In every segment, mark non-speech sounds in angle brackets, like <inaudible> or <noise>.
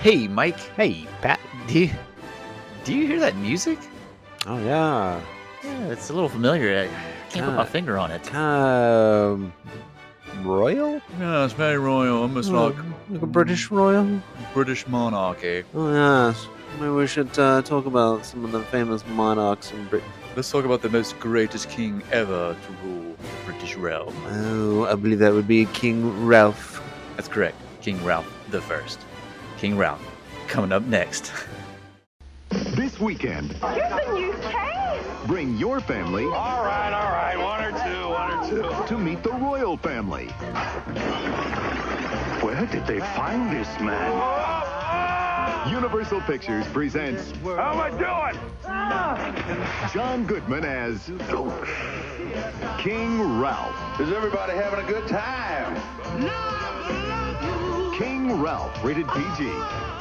Hey, Mike, Hey, Pat. do you, do you hear that music? Oh yeah, Yeah, it's a little familiar. I can't put my God. finger on it. kind of Um, royal, Yeah, it's very royal, almost like a British royal. British monarchy. Oh yes, maybe we should uh, talk about some of the famous monarchs in Britain. Let's talk about the most greatest king ever to rule the British realm. Oh, I believe that would be King Ralph. That's correct, King Ralph the First. King Ralph, coming up next. <laughs> This weekend, Here's the news change. bring your family All right, all right. One or two, one or two. to meet the royal family. Where did they find this man? Universal Pictures presents How am I doing? John Goodman as King Ralph. Is everybody having a good time? King Ralph, rated PG,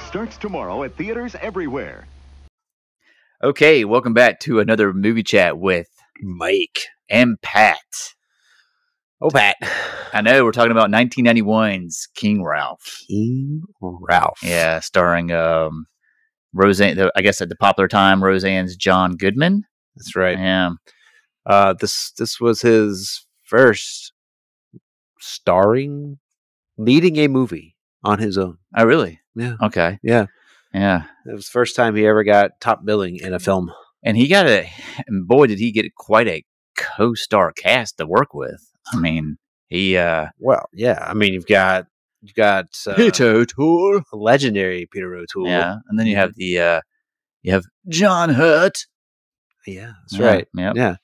starts tomorrow at theaters everywhere. Okay, welcome back to another movie chat with Mike. and Pat. Oh, Pat. I know we're talking about 1991's King Ralph. King Ralph. Yeah, starring um, Roseanne. The, I guess at the popular time, Roseanne's John Goodman. that's right. Yeah, Uh, this this was his first starring, leading a movie on his own. Oh, really? Yeah. Okay. Yeah. Yeah. It was the first time he ever got top billing in a film. And he got a, and boy, did he get quite a co star cast to work with. I mean, he, uh, Well, yeah, I mean you've got you've got uh, O'Toole. a legendary Peter O'Toole. Yeah. And then you have the, uh, you have John Hurt. yeah, that's Yeah, right. Yep. Yeah,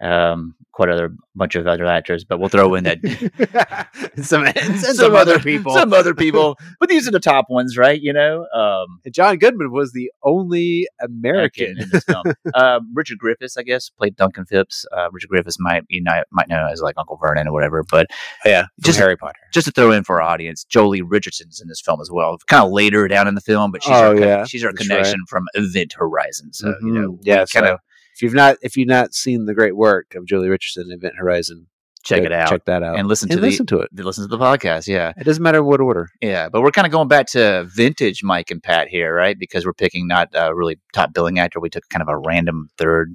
Um, quite other bunch of other actors, but we'll throw <laughs> in that <laughs> And some and some, other people. some <laughs> other people, but these are the top ones, right? You know, um, And John Goodman was the only American. in this film. <laughs> um, Richard Griffiths, I guess, played Duncan Phipps. Uh, Richard Griffiths might you know, might know as like Uncle Vernon or whatever. But <laughs> Yeah, from Just- Harry Potter. just to throw in for our audience, Jolie Richardson's in this film as well. Kind of later down in the film, but she's Oh, our con- yeah. she's our That's connection from Event Horizon. So you know, Mhm. yeah. kind so of if you've not if you've not seen the great work of Julie Richardson in Event Horizon, check go it out Check that out and listen to and listen to it. the listen to the podcast. Yeah, It doesn't matter what order. yeah. But we're kind of going back to vintage Mike and Pat here, right? Because we're picking not uh, really top billing actor. We took kind of a random third.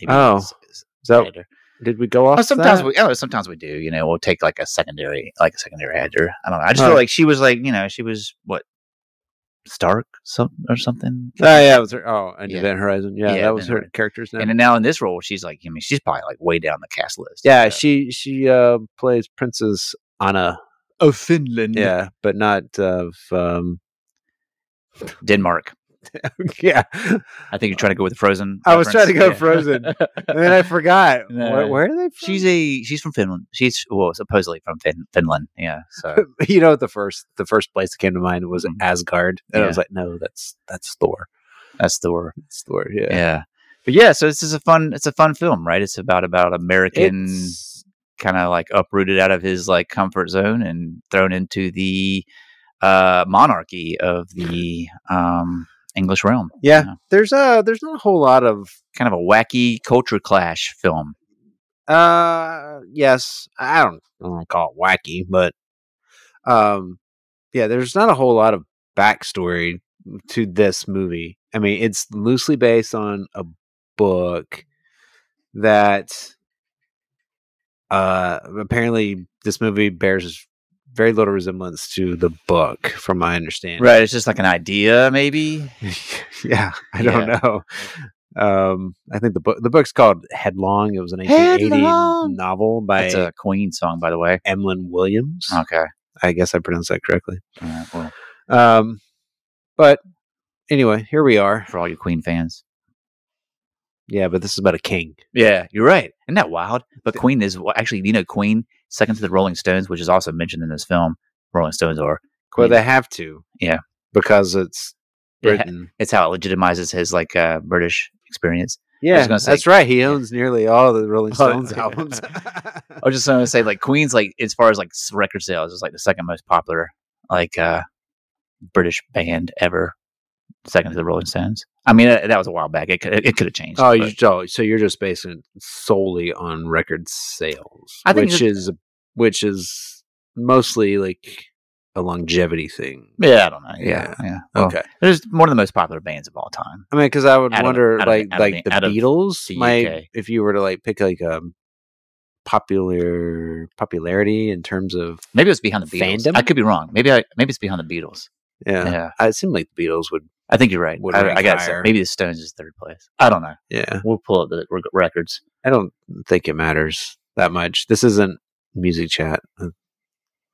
Maybe Oh. s- s- So actor. did we go off? Well, sometimes that? we, oh, sometimes we do. You know, we'll take like a secondary, like a secondary actor. I don't know. I just Huh. feel like she was like, you know, she was what Stark, some or something. Oh yeah, it was her. Oh, and Yeah. Event Horizon. Yeah, Yeah, that was Event her Horizon. character's name. And then now in this role, she's like, I mean, she's probably like way down the cast list. yeah, she she uh, plays Princess Anna. oh, of Finland. Yeah, but not of um, <laughs> Denmark. yeah. I think you're trying to go with the Frozen. I was trying to go reference. Frozen, <laughs> and <laughs> then I forgot. No. Where, where are they? From? she's a she's from Finland. She's well, supposedly from fin- Finland. Yeah. So you know the first the first place that came to mind was Mhm. Asgard, and I was Yeah. like, no, that's that's Thor. that's Thor. That's Thor. Yeah. <laughs> Yeah. But yeah, so this is a fun. It's a fun film, right? It's about about American. It's- kind of like uprooted out of his like comfort zone and thrown into the uh, monarchy of the um, English realm. yeah. You know, There's a there's not a whole lot of kind of a wacky culture clash film. uh yes I don't I don't wanna call it wacky, but um yeah, there's not a whole lot of backstory to this movie. I mean, it's loosely based on a book that uh apparently this movie bears very little resemblance to the book from my understanding Right. It's just like an idea, maybe. <laughs> <laughs> yeah i don't Yeah. know um i think the book the book's called headlong it was an 1980 Headlong. novel by That's a Queen song, by the way. emlyn williams Okay. i guess i pronounced that correctly All right, well, um but anyway here we are for all you Queen fans. yeah but this is about a king Yeah, you're right. Isn't that wild? But Queen is well, actually, you know, Queen, second to the Rolling Stones, which is also mentioned in this film. Rolling Stones are. well Queen. they have to Yeah. because it's <laughs> Yeah. britain It's how it legitimizes his like uh, British experience. yeah, gonna say- that's right he owns nearly all the rolling Oh, stones <laughs> yeah. albums <laughs> I was just going to say, like Queen's, like as far as like s- record sales, is like the second most popular, like uh British band ever, second to the Rolling Stones. I mean, uh, that was a while back. It could it could have changed. Oh, but- you, oh, so you're just basing it solely on record sales, I think which just- is which is mostly like a longevity thing. Yeah, I don't know. Yeah, yeah. Well, okay. There's one of the most popular bands of all time. I mean, because I would Out of- wonder, out of- like, out of like the- out the of Beatles, the like, UK. if you were to like pick like a popular popularity in terms of, Maybe it was behind the Beatles. Fandom? I could be wrong. Maybe I maybe it's behind the Beatles. yeah, Yeah, I- it seemed like the Beatles would, I think you're right. Would I, rank I got higher. maybe the Stones is third place. I don't know. yeah. We'll pull up the rec- records. I don't think it matters that much. This isn't music chat, uh,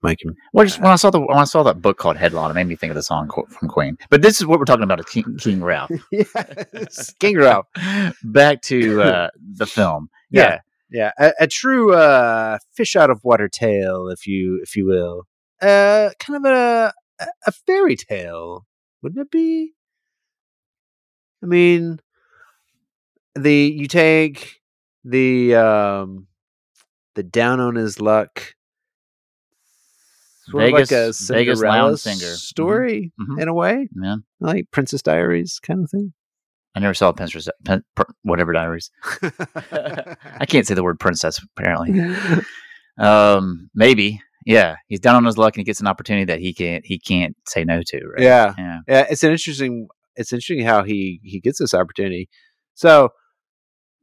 Mike. <laughs> and- Well, just when I saw the when I saw that book called Headline, it made me think of the song qu- from Queen. But this is what we're talking about: is King, King Ralph. Yes, <laughs> King Ralph. Back to uh, the film. <laughs> Yeah. Yeah. Yeah, a, a true uh, fish out of water tale, if you if you will. Uh, kind of a a- a fairy tale, wouldn't it be? I mean, the you take the um the down on his luck. Sort Vegas- of like a Vegas Cinderella lounge singer. Mhm. story Mhm. in a way, man. like Princess Diaries kind of thing. I never saw Princess, Pen, per, whatever diaries. <laughs> <laughs> I can't say the word princess. Apparently, um, maybe. Yeah, he's down on his luck and he gets an opportunity that he can't he can't say no to. Right? Yeah. yeah. Yeah, it's an interesting. It's interesting how he he gets this opportunity. So,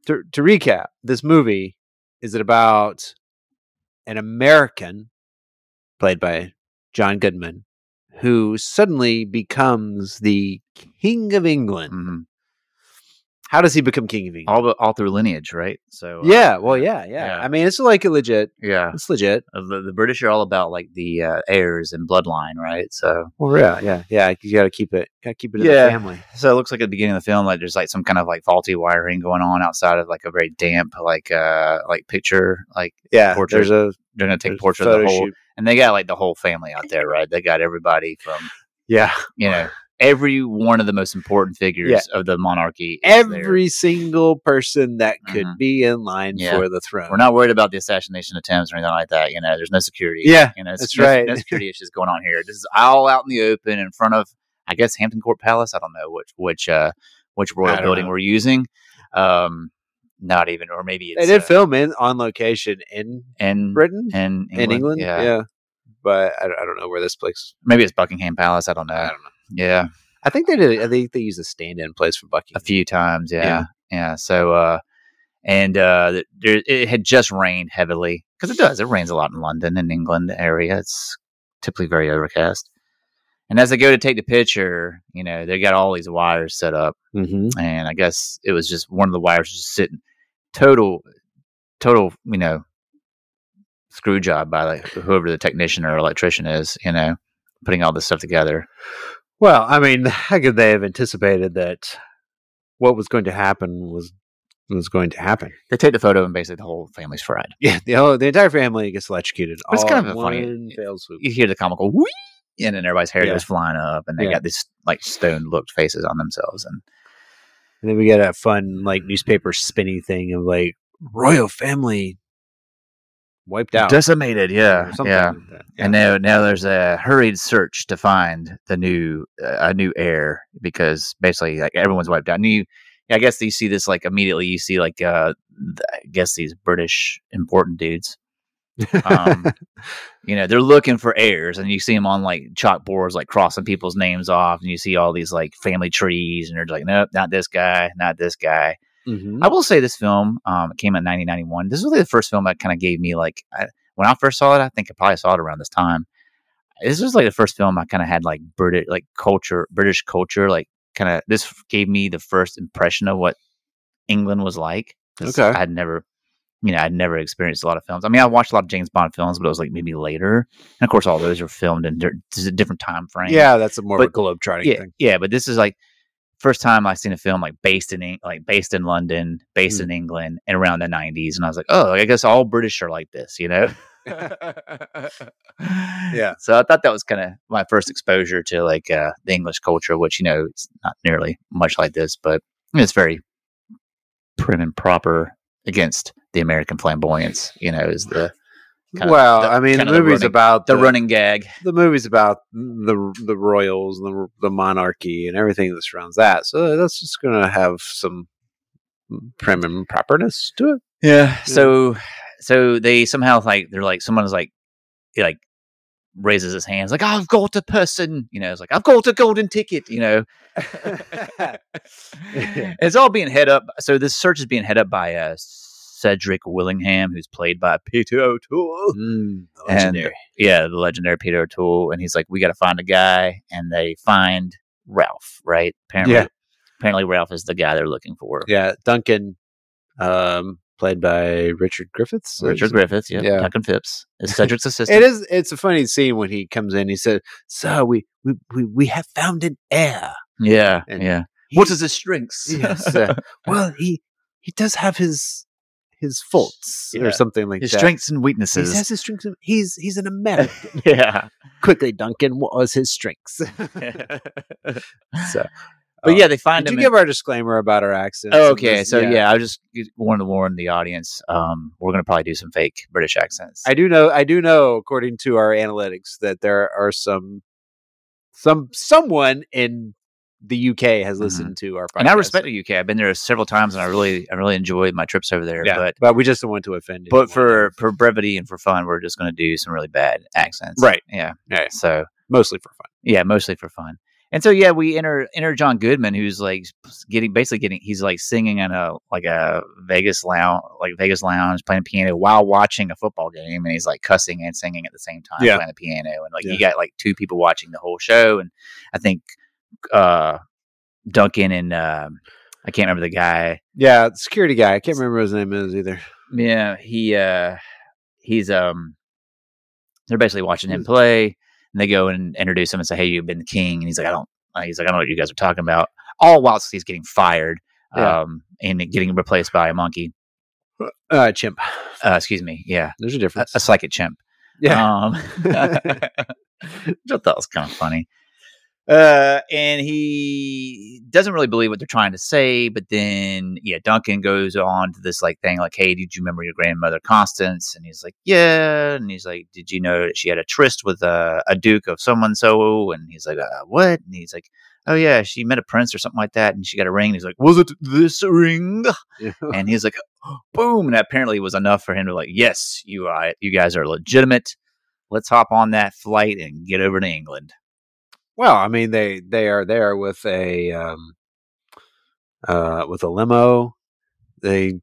to to recap, this movie is it about an American played by John Goodman who suddenly becomes the king of England. hmm How does he become king of England? All all through lineage, right? So uh, yeah, well, Oh, yeah, yeah, yeah. I mean, it's like a legit. yeah. It's legit. Uh, The, the British are all about like the uh, heirs and bloodline, right? So, Well, yeah, yeah, yeah. You got to keep it. Got to keep it in Yeah. the family. so it looks like at the beginning of the film, like there's like some kind of like faulty wiring going on outside of like a very damp like uh like picture. Like Yeah, Portrait. there's a they're gonna take there's a portrait of photo the whole, shoot. and they got like the whole family out there, right? They got everybody from Yeah, you know every one of the most important figures of the monarchy. is there. every single person that could Mhm. be in line Yeah. for the throne. We're not worried about the assassination attempts or anything like that. You know, there's no security. Yeah, you know, it's- that's no- right. No security issues going on here. This is all out in the open in front of, I guess, Hampton Court Palace. I don't know which which uh which I royal don't building know. we're using. Um, not even, or maybe it's they did uh, film in on location in in Britain, in England. in England. Yeah. Yeah. but I, don't- I don't know where this place. maybe it's Buckingham Palace. I don't know. I don't know. Yeah, I think they did. I think they used a stand-in place for a Buckingham. few times. Yeah, Yeah. yeah. So, uh, and uh, th- there, it had just rained heavily because it does. It rains a lot in London and England area. It's typically very overcast. And as they go to take the picture, you know, they got all these wires set up. Mm-hmm. and I guess it was just one of the wires just sitting total, total, you know, screw job by like whoever the technician or electrician is, you know, putting all this stuff together. Well, I <laughs> mean, how could they have anticipated that what was going to happen was was going to happen? They take the photo and basically the whole family's fried. Yeah, the whole, the entire family gets electrocuted. But it's all kind of in a funny- one fell swoop. You hear the comical whee, and then everybody's hair Yeah. goes flying up, and they Yeah. got these like stone looked faces on themselves. And And then we get a fun like newspaper spinny thing of like royal family wiped out. decimated, or yeah, something yeah. like that. And now, now there's a hurried search to find the new uh, a new heir because basically like everyone's wiped out. And you, I guess you see this like immediately. You see like uh, th- I guess these British important dudes. <laughs> Um, you know they're looking for heirs, and you see them on like chalkboards, like crossing people's names off, and you see all these like family trees, and they're like, nope, not this guy, not this guy. Mhm. I will say this film um, it came out in 1991. This is really the first film that kind of gave me like I, when I first saw it. I think I probably saw it around this time. This was like the first film I kind of had like British like culture, British culture. Like kind of this f- gave me the first impression of what England was like. 'cause Okay. I had never, you know, I'd never experienced a lot of films. I mean, I watched a lot of James Bond films, but it was like maybe later. And of course, all those are filmed in dir- just a different time frame. Yeah, that's a more of a But- globe trotting yeah, <laughs> thing. yeah. But this is like first time I've seen a film like based in Eng- like based in London, based Hmm. in England, and around the '90s. And I was like, oh, I guess all British are like this, you know? yeah. <laughs> So I thought that was kind of my first exposure to like uh, the English culture, which you know it's not nearly much like this, but it's very prim and proper against the American flamboyance. You know, is the kinda well, the- I mean, the kinda the movie's running- about the running gag. The movie's about the the royals and the, the monarchy and everything that surrounds that. So uh, that's just gonna have some prim and properness to it. Yeah. So so they somehow like they're like someone's like like raises his hands like I've got a person, you know, it's like I've got a golden ticket, you <laughs> know. it's all being head up. So this search is being head up by uh, Cedric Willingham, who's played by Peter O'Toole. Mm, And- legendary. yeah, the legendary Peter O'Toole, and he's like, "We got to find a guy," and they find Ralph. Right? Apparently, Yeah. apparently Ralph is the guy they're looking for. yeah, Duncan, um, played by Richard Griffiths. is- Richard Griffiths, yeah, Yeah. Duncan Phipps <laughs> is Cedric's assistant. It is. It's a funny scene when he comes in. He said, "Sir, we we we, we have found an heir." Yeah, And yeah. he- What is <laughs> his strengths? <laughs> Yes, uh, well, he he does have his his faults Yeah. or something like his that. strengths and He weaknesses. has his strengths. and- He's he's an <laughs> American. yeah. Quickly, Duncan, what was his strengths? <laughs> <laughs> so, But yeah, they find did him. you in- give our disclaimer about our accents? Oh, and okay, this- so yeah. I just wanted to warn the audience. Um, we're gonna probably do some fake British accents. I do know. I do know, according to our analytics, that there are some, some someone in the UK has Mhm. listened to our podcast. and I respect the UK. I've been there several times, and I really, I really enjoyed my trips over there. Yeah, But but, we just don't want to offend. but anyone. for for brevity and for fun, we're just gonna do some really bad accents. Right. Yeah. Yeah. So mostly for fun. Yeah, mostly for fun. And so yeah, we enter enter John Goodman, who's like s- getting basically getting he's like singing in a like a Vegas lounge, like Vegas lounge, playing piano while watching a football game, and he's like cussing and singing at the same time, Yeah. playing the piano, and like you Yeah. got like two people watching the whole show, and I think uh Duncan and um I can't remember the guy. Yeah, the security guy. I can't remember what his name is either. Yeah, he uh he's um they're basically watching Mm. him play and they go and introduce him and say, Hey, you've been the king and he's like, I don't uh, he's like, I don't know what you guys are talking about. All whilst he's getting fired Yeah. um and getting replaced by a monkey. Uh, chimp. Uh, excuse me, yeah. There's a A, difference. a psychic chimp. <laughs> yeah. Um <laughs> which I thought was kind of funny. Uh, and he doesn't really believe what they're trying to say, but then yeah, Duncan goes on to this like thing, like, "Hey, did you remember your grandmother Constance?" And he's like, "Yeah," and he's like, "Did you know that she had a tryst with a, a duke of so and so?" And he's like, uh, "What?" And he's like, "Oh yeah, she met a prince or something like that, and she got a ring." And he's like, "Was it this ring?" and he's like, boom, and that apparently was enough for him to like, yes, you are, you guys are legitimate. Let's hop on that flight and get over to England. well, I mean they they are there with a um uh with a limo. They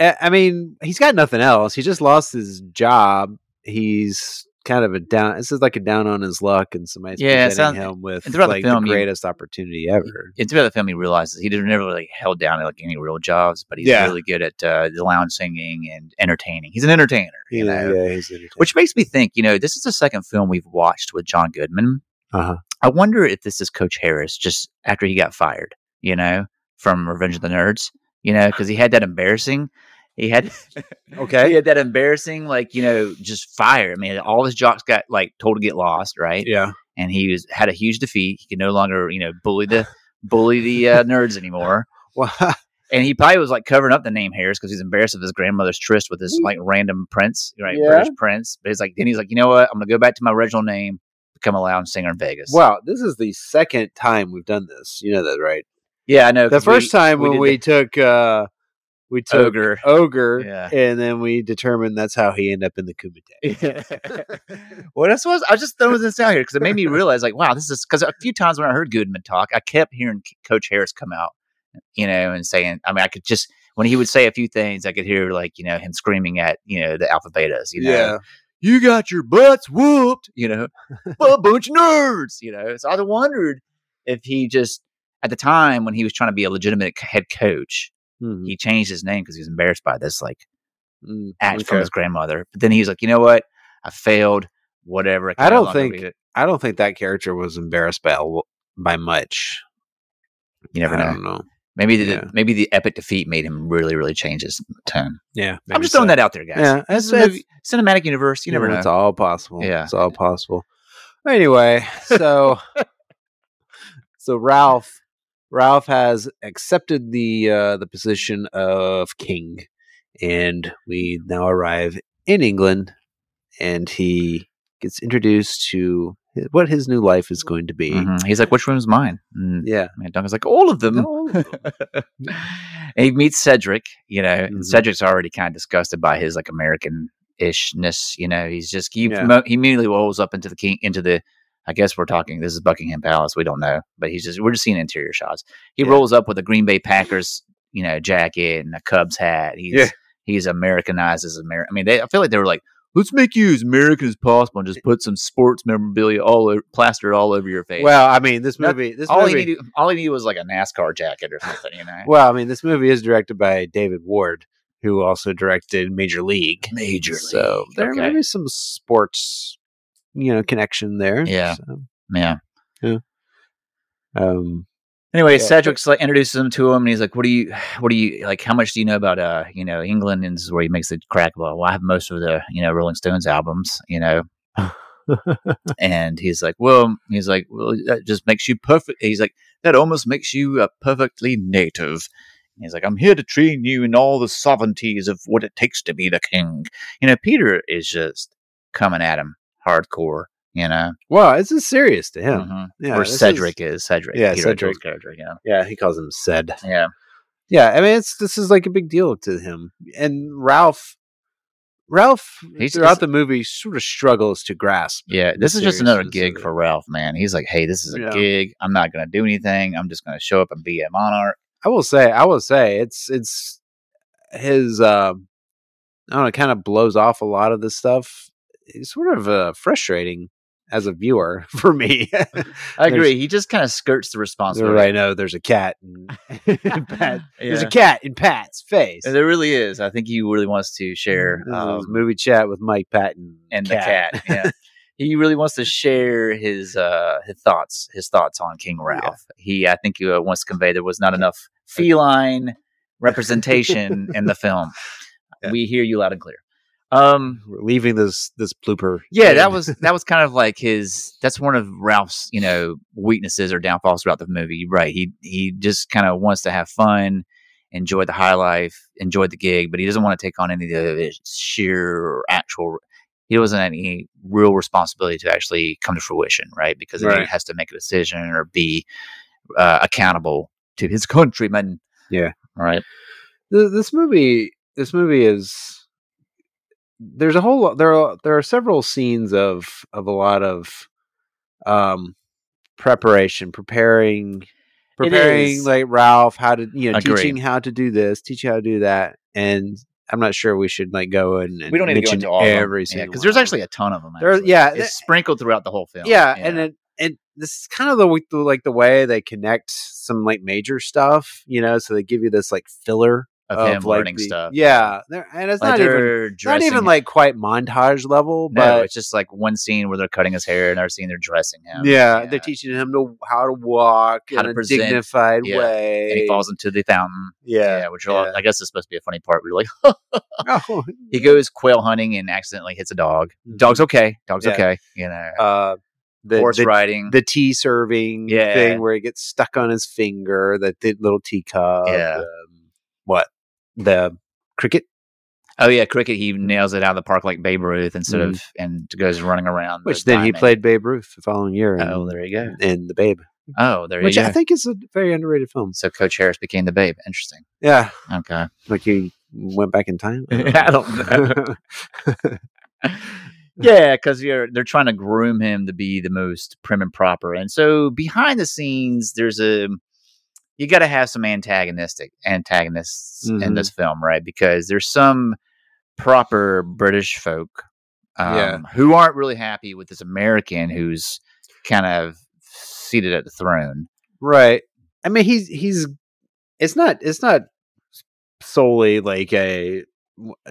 I I mean, he's got nothing else. He just lost his job. He's kind of a down this is like a down on his luck and somebody's Yeah, it presenting sounds- him with and throughout the like film, the you- greatest opportunity ever. And throughout the film, he realizes he didn't never like held down like any real jobs, but he's Yeah. really good at uh, the lounge singing and entertaining. He's an entertainer, you yeah, know. yeah, he's entertaining. Which makes me think, you know, this is the second film we've watched with John Goodman. <laughs> Uh-huh. I wonder if this is Coach Harris just after he got fired, you know, from Revenge of the Nerds, you know, because he had that embarrassing. He <laughs> had <laughs> Okay. He had that embarrassing, like you know, just fire. I mean, all his jocks got like told to get lost, right? yeah. <laughs> And he was had a huge defeat. He could no longer, you know, bully <laughs> the bully the uh, nerds anymore. <laughs> Well, And he probably was like covering up the name Harris because he's embarrassed of his grandmother's tryst with this like random prince, right? Yeah. British prince. But he's like, then he's like, you know what? I'm gonna go back to my original name, become a lounge singer in Vegas. wow, this is the second time we've done this. You know that, right? yeah, I know. the 'cause we- first time when did Oh, we the took uh we took ogre, ogre. Yeah. and then we determined that's how he ended up in the <laughs> kumite well, that's what I was, I was just throwing this out here because it made me realize, like, wow, this is because a few times when I heard Goodman talk, I kept hearing C- Coach Harris come out, you know, and saying, I mean, I could just when he would say a few things, I could hear like you know him screaming at you know the Alpha Betas, you know, you got your butts whooped, you know, by a bunch of nerds, you know. So I wondered if he just at the time when he was trying to be a legitimate c- head coach, Mhm. he changed his name because he was embarrassed by this, like Mm, act from okay. his grandmother. But then he's like, you know what? I failed. Whatever. can I no don't longer think- be it." i don't think that character was embarrassed by a lo- by much you never i know. don't know Maybe the um, Yeah. maybe the epic defeat made him really really change his tone. yeah I'm just throwing that out there, guys. Yeah, this is it's- a movie, cinematic universe. You never know. it's all possible Yeah. it's all possible anyway <laughs> so so ralph ralph has accepted the uh the position of king and we now arrive in england and he gets introduced to hi- what his new life is going to be Mhm. He's like, which room's mine? Mm. And yeah and Duncan's like, all of them. and <laughs> he meets Cedric. You know, Mhm. Mm-hmm. and Cedric's already kind of disgusted by his like American ishness. You know, he's just he, Yeah. mo- he immediately rolls up into the king into the. I guess we're talking. This is Buckingham Palace. We don't know, but he's just we're just seeing interior shots. He Yeah. rolls up with a Green Bay Packers, you know, jacket and a Cubs hat. He's Yeah. he's Americanized as American. I mean, they I feel like they were like, let's make you as American as possible and just put some sports memorabilia all over, plastered all over your face. Well, I mean, this That- movie. This all he movie. needed, all he needed was like a NASCAR jacket or something, you know. well, I mean, this movie is directed by David Ward, who also directed Major League. Major So there okay. may be some sports, you know, connection there. Yeah. So, yeah. um, Anyway, Yeah. Cedric's like introduces him to him, and he's like, "What do you, <sighs> what do you like? How much do you know about, uh, you know, England?" And this is where he makes the crack about, "Well, I have most of the, you know, Rolling Stones albums, you <laughs> know." and he's like, "Well, he's like, well, that just makes you perfect." He's like, "That almost makes you uh, perfectly native." And he's like, "I'm here to train you in all the sovereignties of what it takes to be the king." You know, Peter is just coming at him hardcore. You know, well, this is serious to him. Mhm. Yeah, or this is- Cedric is, Cedric. Yeah, Peter O'Toole's Cedric. character. Yeah, yeah, he calls him Sed. yeah. Yeah, I mean, it's this is like a big deal to him. And Ralph, Ralph, He's- throughout the movie, sort of struggles to grasp. Yeah, this is just seriousness another of gig it. for Ralph, man. He's like, hey, this is a Yeah. gig. I'm not going to do anything. I'm just going to show up and be a monarch. I will say, I will say, it's it's his. Uh, I don't know. Kind of blows off a lot of this stuff. It's sort of uh, frustrating as a viewer <laughs> for me. I agree. He just kind of skirts the so responsibility. I know there's a cat. In, <laughs> <laughs> in Pat, <laughs> There's a Yeah. cat in Pat's face. There really is. I think he really wants to share This is um, movie chat with Mike Patton and the cat. <laughs> Yeah. he really wants to share his uh, his thoughts, his thoughts on King Ralph. He, I think, he uh, wants to convey there was not enough feline representation in the film. <laughs> Yeah. We hear you loud and clear. Um, We're leaving this this blooper. Yeah, that in. was that was kind of like his. That's one of Ralph's, you know, weaknesses or downfalls throughout the movie. You're Right? He he just kind of wants to have fun, enjoy the high life, enjoy the gig, but he doesn't want to take on any of the sheer or actual. He doesn't have any real responsibility to actually come to fruition, right? Because then he Right. has to make a decision or be uh, accountable to his <laughs> countrymen. Yeah. All right. Th- this movie this movie is there's a whole lot there are there are several scenes of of a lot of um preparation preparing preparing is. like ralph how to you know Agree. teaching how to do this teaching how to do that and i'm not sure we should like go and, and We don't need to go mention into all every of them. single because one there's of actually a ton of them. There- actually. yeah, it's th- sprinkled throughout the whole film. them. yeah, and it and this is kind of the, the like the way they connect some like major stuff you know so they give you this like filler of, him like, learning the- stuff. yeah they're- and it's Like not even they're It's not dressing even him- like quite montage level, no, but it's just like one scene where they're cutting his hair, another scene they're dressing him. yeah, they're teaching him to how to walk How to in a present, dignified yeah, way. and he falls into the fountain. Yeah, Yeah, which are all- I guess is supposed to be a funny part. Where you're like, <gasps> <laughs> Oh, he goes quail hunting and accidentally hits a dog. Dog's okay. Dog's Yeah. okay. You know, uh, the, horse the, riding. the tea serving Yeah. thing where he gets stuck on his finger, the, the little teacup. Yeah. um, what the cricket, oh yeah, cricket. He nails it out of the park like Babe Ruth instead of and goes running around. the Mm-hmm. which then he diamond. played Babe Ruth the following year. in- Oh, there you go. in the Babe, Oh, there which you go. I think is a very underrated film. so Coach Harris became the Babe. Interesting. Yeah, Okay. like he went back in time. <laughs> I don't know. <laughs> yeah, because you're they're trying to groom him to be the most prim and proper, and so behind the scenes, there's a you got to have some antagonistic antagonists in Mhm. this film, right? Because there's some proper British folk um, Yeah. who aren't really happy with this American who's kind of seated at the throne. Right. I mean, he's he's. It's not. It's not solely like a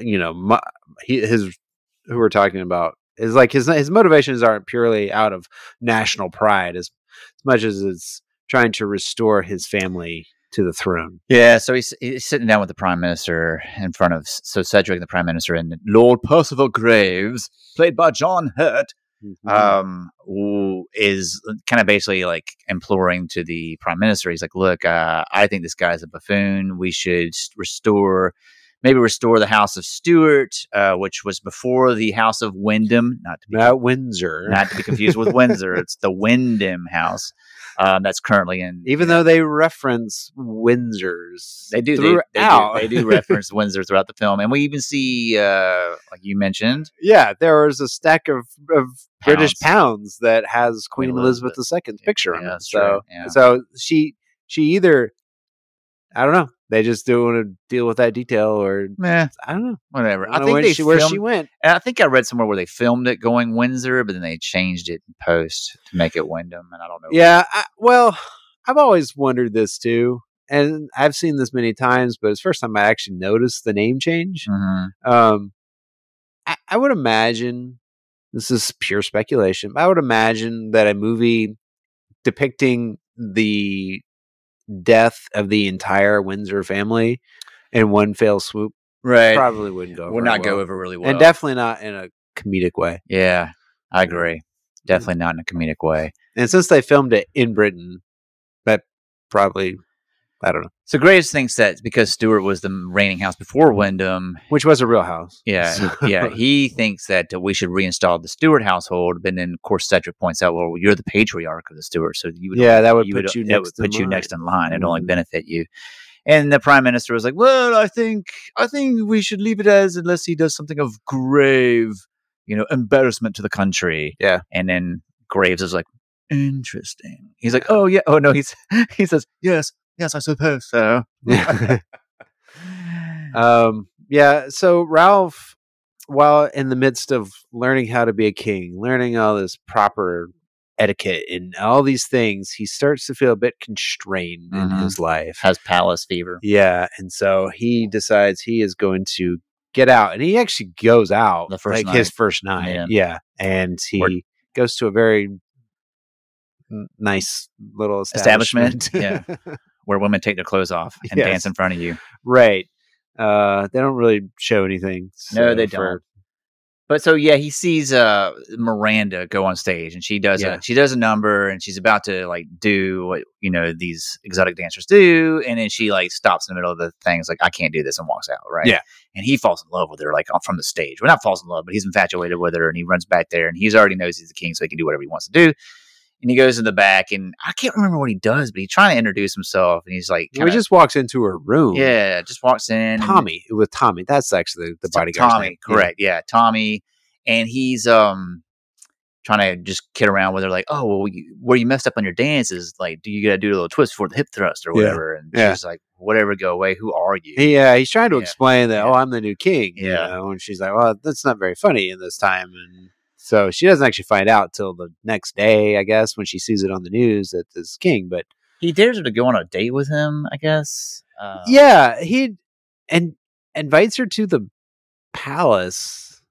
you know my, he, his who we're talking about is like his his motivations aren't purely out of national pride as as much as it's trying to restore his family to the throne. Yeah, so he's, he's sitting down with the prime minister in front of so Cedric, the prime minister, and Lord Percival Graves, played by John Hurt, Uh, Mm-hmm. um, who is kind of basically like imploring to the prime minister. He's like, "Look, uh, I think this guy's a buffoon. We should s- restore, maybe restore the House of Stuart, uh, which was before the House of Wyndham, not to be Not Windsor. not to be confused with Windsor. It's the Wyndham House." um, that's currently in. Even though they reference Windsor's, They do. They, they do. throughout. They do reference Windsor throughout the film, and we even see, uh, like you mentioned, yeah, there was a stack of, of British pounds that has Queen Elizabeth, II's picture on Yeah, it. that's So, right, yeah. so she she either I don't know. They just don't want to deal with that detail, or Meh, I don't know. whatever. I, don't know think when they she, where she filmed- went. I think I read somewhere where they filmed it going Windsor, but then they changed it in post to make it Wyndham, and I don't know. Yeah. I, well, I've always wondered this too, and I've seen this many times, but it's the first time I actually noticed the name change. Mhm. Um, I, I would imagine this is pure speculation. But I would imagine that a movie depicting the death of the entire Windsor family in one fell swoop Right. probably wouldn't go. Would very not go well. over really well. and definitely not in a comedic way. yeah, I agree. Definitely not in a comedic way. And since they filmed it in Britain, that probably I don't know, So Graves thinks that because Stewart was the reigning house before Wyndham, which was a Real House. yeah, <laughs> So- yeah, he thinks that we should reinstall the Stewart household. But then, of course, Cedric points out, well, you're the patriarch of the Stewart, so you would yeah, that would you put would- you that next. would put in you line. <laughs> next in line. It'd only Mhm. benefit you. And the prime minister was like, "Well, I think I think we should leave it as unless he does something of grave, you know, embarrassment to the country." Yeah. And then Graves is like, "Interesting." He's Uh-huh. like, "Oh yeah, oh no." He's <laughs> he says, "Yes, yes, I suppose so." um, yeah. So Ralph, while in the midst of learning how to be a king, learning all this proper etiquette and all these things, he starts to feel a bit constrained in Mhm. his life. Has palace fever. Yeah, and so he decides he is going to get out, and he actually goes out The first like his first night. Yeah. Yeah, and he Or- goes to a very n- nice little Establishment, establishment. yeah, where women take their clothes off and Yes. dance in front of you. <laughs> right. Uh, they don't really show anything. No, so they for- But so yeah, he sees uh Miranda go on stage and she does Yeah. a she does a number and she's about to like do what you know these exotic dancers do and then she like stops in the middle of the thing. It's like I can't do this and walks out, right? Yeah. And he falls in love with her like on- from the stage. Well, not falls in love, but he's infatuated with her and he runs back there and he's already knows he's the king, so he can do whatever he wants to do. And he goes in the back and I can't remember what he does, but he's trying to introduce himself and he's like, he kinda- just walks into her room. yeah, just walks in. and- Tommy with Tommy. That's actually the Tom- bodyguard. Tommy, correct. Yeah. Tommy. And he's um trying to just kid around with her, like, oh, well, you, where you messed up on your dance is like, do you got to do a little twist for the hip thrust or Yeah. whatever? And Yeah. she's like, whatever, go away. Who are you? Yeah, uh, he's trying to Yeah. explain that. Yeah. Oh, I'm the new king. you Yeah. know, and she's like, "Well, that's not very funny in this time." And so she doesn't actually find out till the next day, I guess, when she sees it on the news that this king. But he dares her to go on a date with him, I guess. Uh, yeah, he and invites her to the palace.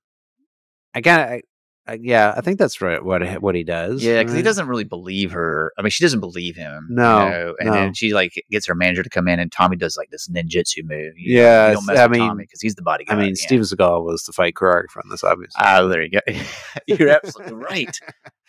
I kind of, yeah, I think that's right. What he- what he does. Yeah, because he right? doesn't really believe her. I mean, she doesn't believe him. you No, know? and no. then she like gets her manager to come in, and Tommy does like this ninjutsu move. You know, Yeah, you don't mess I with mean- Tommy because he's the I bodyguard. mean, yeah. Steven Seagal was the fight choreographer on this, obviously. Ah, there you go. <laughs> You're absolutely right.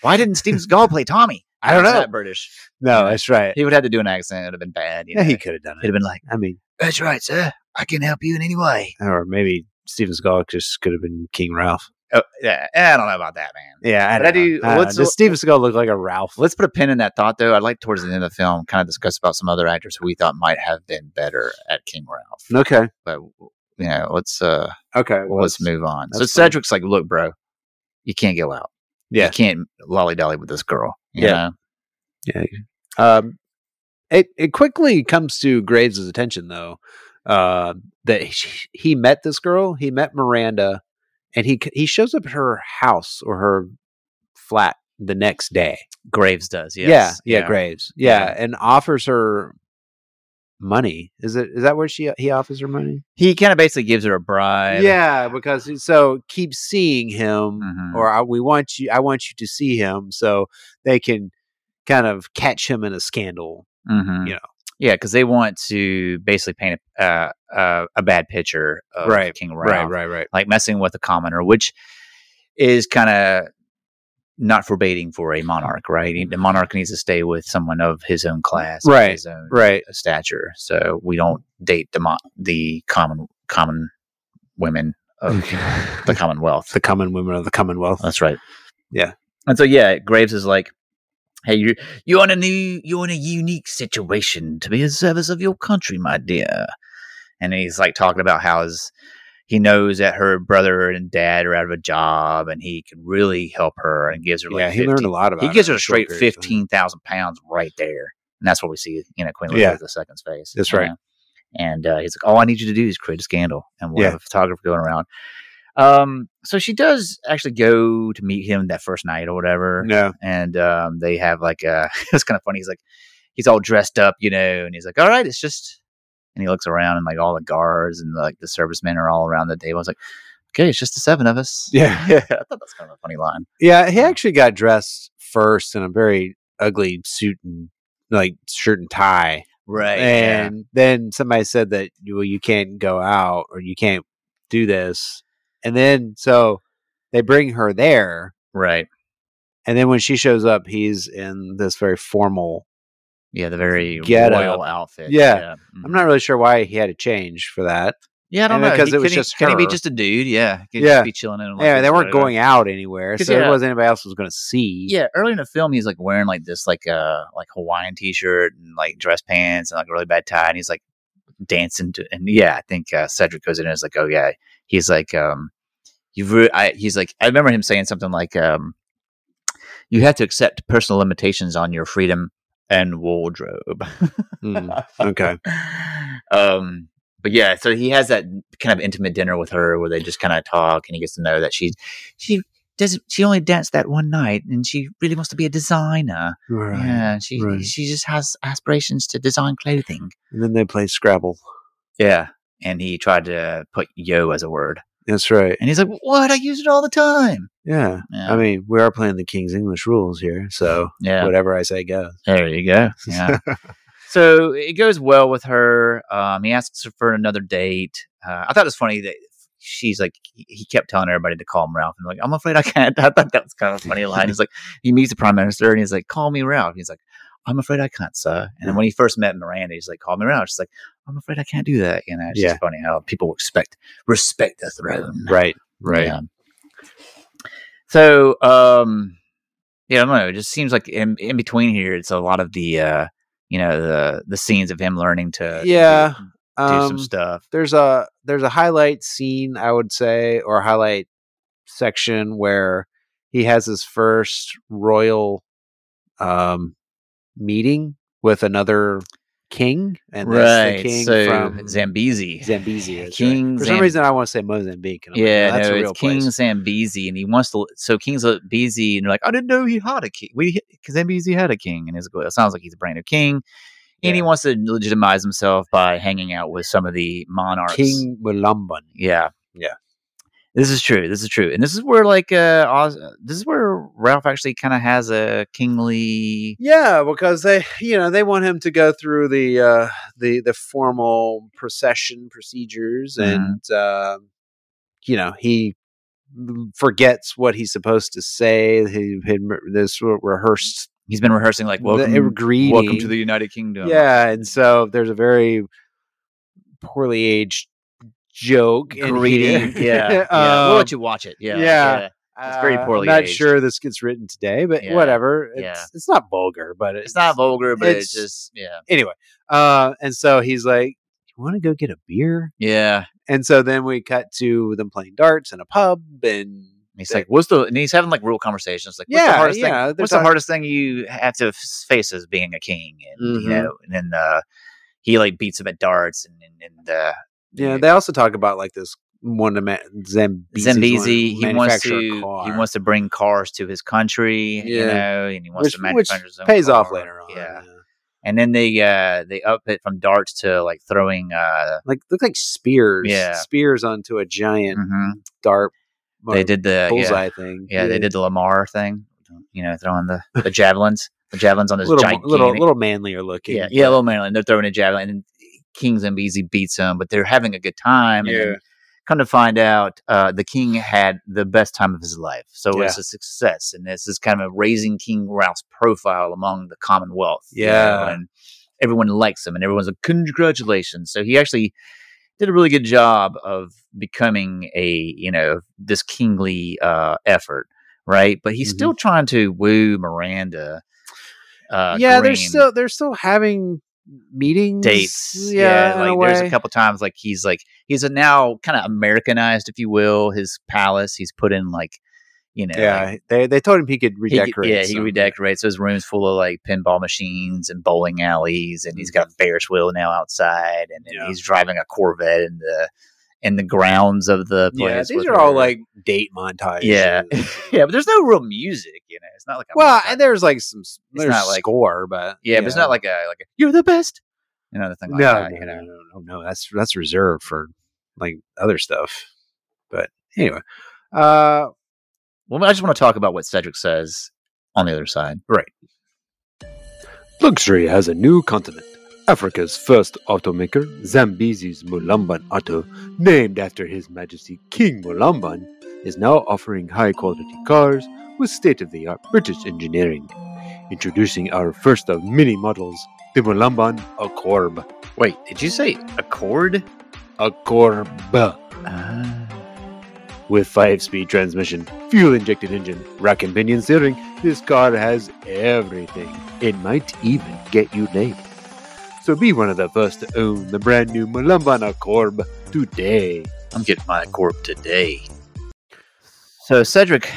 Why didn't Steven Seagal play Tommy? I don't How's know. that British. no, that's right. He would have to do an accent. It'd have been bad. You Yeah, know? he He'd could have done have it. been like, I mean, "That's right, sir. I can help you in any way." or maybe Steven Seagal just could have been King Ralph. Oh, yeah, I don't know about that, man. Yeah, I But I don't do- know. I don't what's- know. Does Steven Seagal look like a Ralph? Let's put a pin in that thought, though. I'd like towards the end of the film, kind of discuss about some other actors who we thought might have been better at King Ralph. Okay, But you know, let's uh, okay. well, let's move on. So that's fine. Cedric's like, "Look, bro, you can't go out. Yeah. you can't lolly dolly with this girl. You Yeah. know? Um, it it quickly comes to Graves' attention though uh, that he, he met this girl. He met Miranda, and he c- he shows up at her house or her flat the next day. Graves does. Yes. Yeah, yeah, Graves. Yeah, Yeah. and offers her money. Is it is that where she he offers her money? He kind of basically gives her a bribe. Yeah, because he- so keep seeing him. Mhm. or I, we want you i want you to see him so they can kind of catch him in a scandal Mhm. you know. yeah, because they want to basically paint a uh, uh, a bad picture of Right, King Ralph, right right like messing with a commoner, which is kind of not forbidding for a monarch, right? He- The monarch needs to stay with someone of his own class, of Right, His own <laughs> right stature. So we don't date the mon- the common common women of the <laughs> the, Commonwealth. common women of the commonwealth That's right. Yeah. And so yeah, Graves is like, Hey, you, you're in a new, you're in a unique situation to be a service of your country, my dear. And he's like talking about how his, he knows that her brother and dad are out of a job, and he can really help her and gives her like yeah, he learned a lot about. he gives her it in a short straight period of time. fifteen thousand pounds right there, and that's what we see. You know, Queen Yeah. Elizabeth II's face. That's you right. know. And uh, he's like, "All I need you to do is create a scandal, and we'll Yeah. have a photographer going around." Um, so she does actually go to meet him that first night or whatever, No, and um, they have like a. <laughs> it's kind of funny. He's like, he's all dressed up, you know, and he's like, "All right, it's just." And he looks around, and like all the guards and like the servicemen are all around the table. It's like, "Okay, it's just the seven of us." Yeah. <laughs> <laughs> I thought that's kind of a funny line. yeah, Mm. he actually got dressed first in a very ugly suit and like shirt and tie, Right. and then somebody said that well, you can't go out or you can't do this, and then so they bring her there, Right. and then when she shows up, he's in this very formal. Yeah, the very Get royal outfit. Mhm. Yeah. I'm not really sure why he had to change for that. Yeah, I don't and know because He- it was could he- just could he be her. just a dude? Yeah, He could Yeah. just be chilling in. Yeah, they weren't whatever. going out anywhere, 'Cause, so yeah. there wasn't anybody else was going to see. Yeah, early in the film, he's like wearing like this like uh like Hawaiian t-shirt and like dress pants and like a really bad tie, and he's like dancing to. And yeah, I think uh, Cedric goes in and is like, oh yeah, he's like um you've re- I, he's like I remember him saying something like um you have to accept personal limitations on your freedom and wardrobe. <laughs> Mm. Okay. um, but yeah, so he has that kind of intimate dinner with her where they just kind of talk, and he gets to know that she she doesn't she only danced that one night, and she really wants to be a designer. Right. yeah, she right. she just has aspirations to design clothing. And then they play Scrabble. Yeah, and he tried to put yo as a word, That's right. and he's like, "What? I use it all the time." Yeah. Yeah, I mean, we are playing the King's English rules here, so yeah. whatever I <laughs> say goes. There you go. Yeah. so it goes well with her. Um, he asks her for another date. Uh, I thought it was funny that she's like, he- he kept telling everybody to call him Ralph. And like, I'm afraid I can't. <laughs> I thought that was kind of a funny line. He's like, he meets the prime minister and he's like, call me Ralph. He's like, I'm afraid I can't, sir. And then when he first met Miranda, he's like, call me Ralph. She's like, I'm afraid I can't do that. You know, it's Yeah. just funny how people expect respect the throne. Right. Yeah. So, um, yeah, I don't know. It just seems like in, in between here, it's a lot of the, uh, you know, the the scenes of him learning to to Yeah. do, do Um, some stuff. there's a there's a highlight scene, I would say, or highlight section where he has his first royal um meeting with another king, and that's the king so from Zambezi. Zambezi. that's right. King For some Zam- reason, I want to say Mozambique. and I'm like, "Oh, yeah, that's no, a it's real King place. Zambezi, and he wants to. So King Zambezi, and they're like, I didn't know he had a king. We Zambezi had a king, and he's like, well, it sounds like he's a brand new king, and he Yeah. wants to legitimize himself by hanging out with some of the monarchs. King Mulumban. Yeah. Yeah. This is true. This is true. And this is where like uh Oz, this is where Ralph actually kind of has a kingly Yeah, because they, you know, they want him to go through the uh, the the formal procession procedures, Mhm. and uh, you know, he m- forgets what he's supposed to say. He had mer- this re- rehearsed he's been rehearsing like the welcome greeting. welcome to the United Kingdom. yeah, and so there's a very poorly aged joke and he- <laughs> Greeting. Yeah. yeah. we'll um, let you watch it. Yeah. yeah. It's very uh, poorly I'm not aged. sure this gets written today, but Yeah, whatever. It's, yeah. it's not vulgar, but It's not vulgar, but it's, It's- just yeah. anyway, uh, and so he's like, "You want to go get a beer?" Yeah. And so then we cut to them playing darts in a pub, and And he's they- like, what's the and he's having like real conversations. Like, what's the Yeah, hardest yeah, thing they're what's the talking- hardest thing you have to f- face as being a king? And you Mhm. know, and then uh he like beats him at darts and and, and uh yeah, and- they also talk about like this one to ma- Zambezi's Zambezi, one- he wants manufacture a to he car, wants to bring cars to his country, you Yeah. know, and he wants which, to which manufacture his own pays off car. later on. Yeah, and then they uh they up it from darts to like throwing uh like look like spears, Yeah. spears onto a giant mhm. dart. they or did the bullseye thing. Yeah, yeah, they did the Lamar thing, you know, throwing the <laughs> the javelins, the javelins on this little, giant little, king. little manlier looking. yeah, yeah, little Maryland. They're throwing a javelin, and King Zambezi beats him, but they're having a good time. And then Yeah. come to find out, uh, the king had the best time of his life, so Yeah. it's a success, and this is kind of raising King Ralph's profile among the Commonwealth. you know, Yeah. and everyone likes him, and everyone's like, "Congratulations!" So he actually did a really good job of becoming a you know this kingly uh, effort, right? But he's Mhm. still trying to woo Miranda. uh, yeah, they're Green still they're still having meetings dates. Yeah, in like a there's a way. couple times like he's like he's a now kind of Americanized, if you will, his palace. He's put in like you know, like, Yeah, they they told him he could He could- redecorate. yeah, he some. redecorates. So his room's full of like pinball machines and bowling alleys, and he's got a Ferris wheel now outside, and, then Mm-hmm. Yeah. he's driving a Corvette in the in the grounds of the place. Yeah, these with are all her. like date montages. yeah, <laughs> yeah, but there's no real music, you know. It's not like a Well, montage. and there's like some s- there's not like- score, but yeah, but it's not like a like a, you're the best, you know, nothing like no, that. no, you know, no, no, no, no, That's that's reserved for like other stuff. But anyway, uh, well, I just want to talk about what Cedric says on the other side. Luxury has a new continent. Africa's first automaker, Zambezi's Mulamban Auto, named after His Majesty King Mulamban, is now offering high quality cars with state of the art British engineering. Introducing our first of many models, the Mulamban Accorb. Wait, did you say a chord? Accorb. Uh, With 5 speed transmission, fuel injected engine, rack and pinion steering, this car has everything. It might even get you laid. So be one of the first to own the brand new Mulambana Corb today. I'm getting my corp today. So Cedric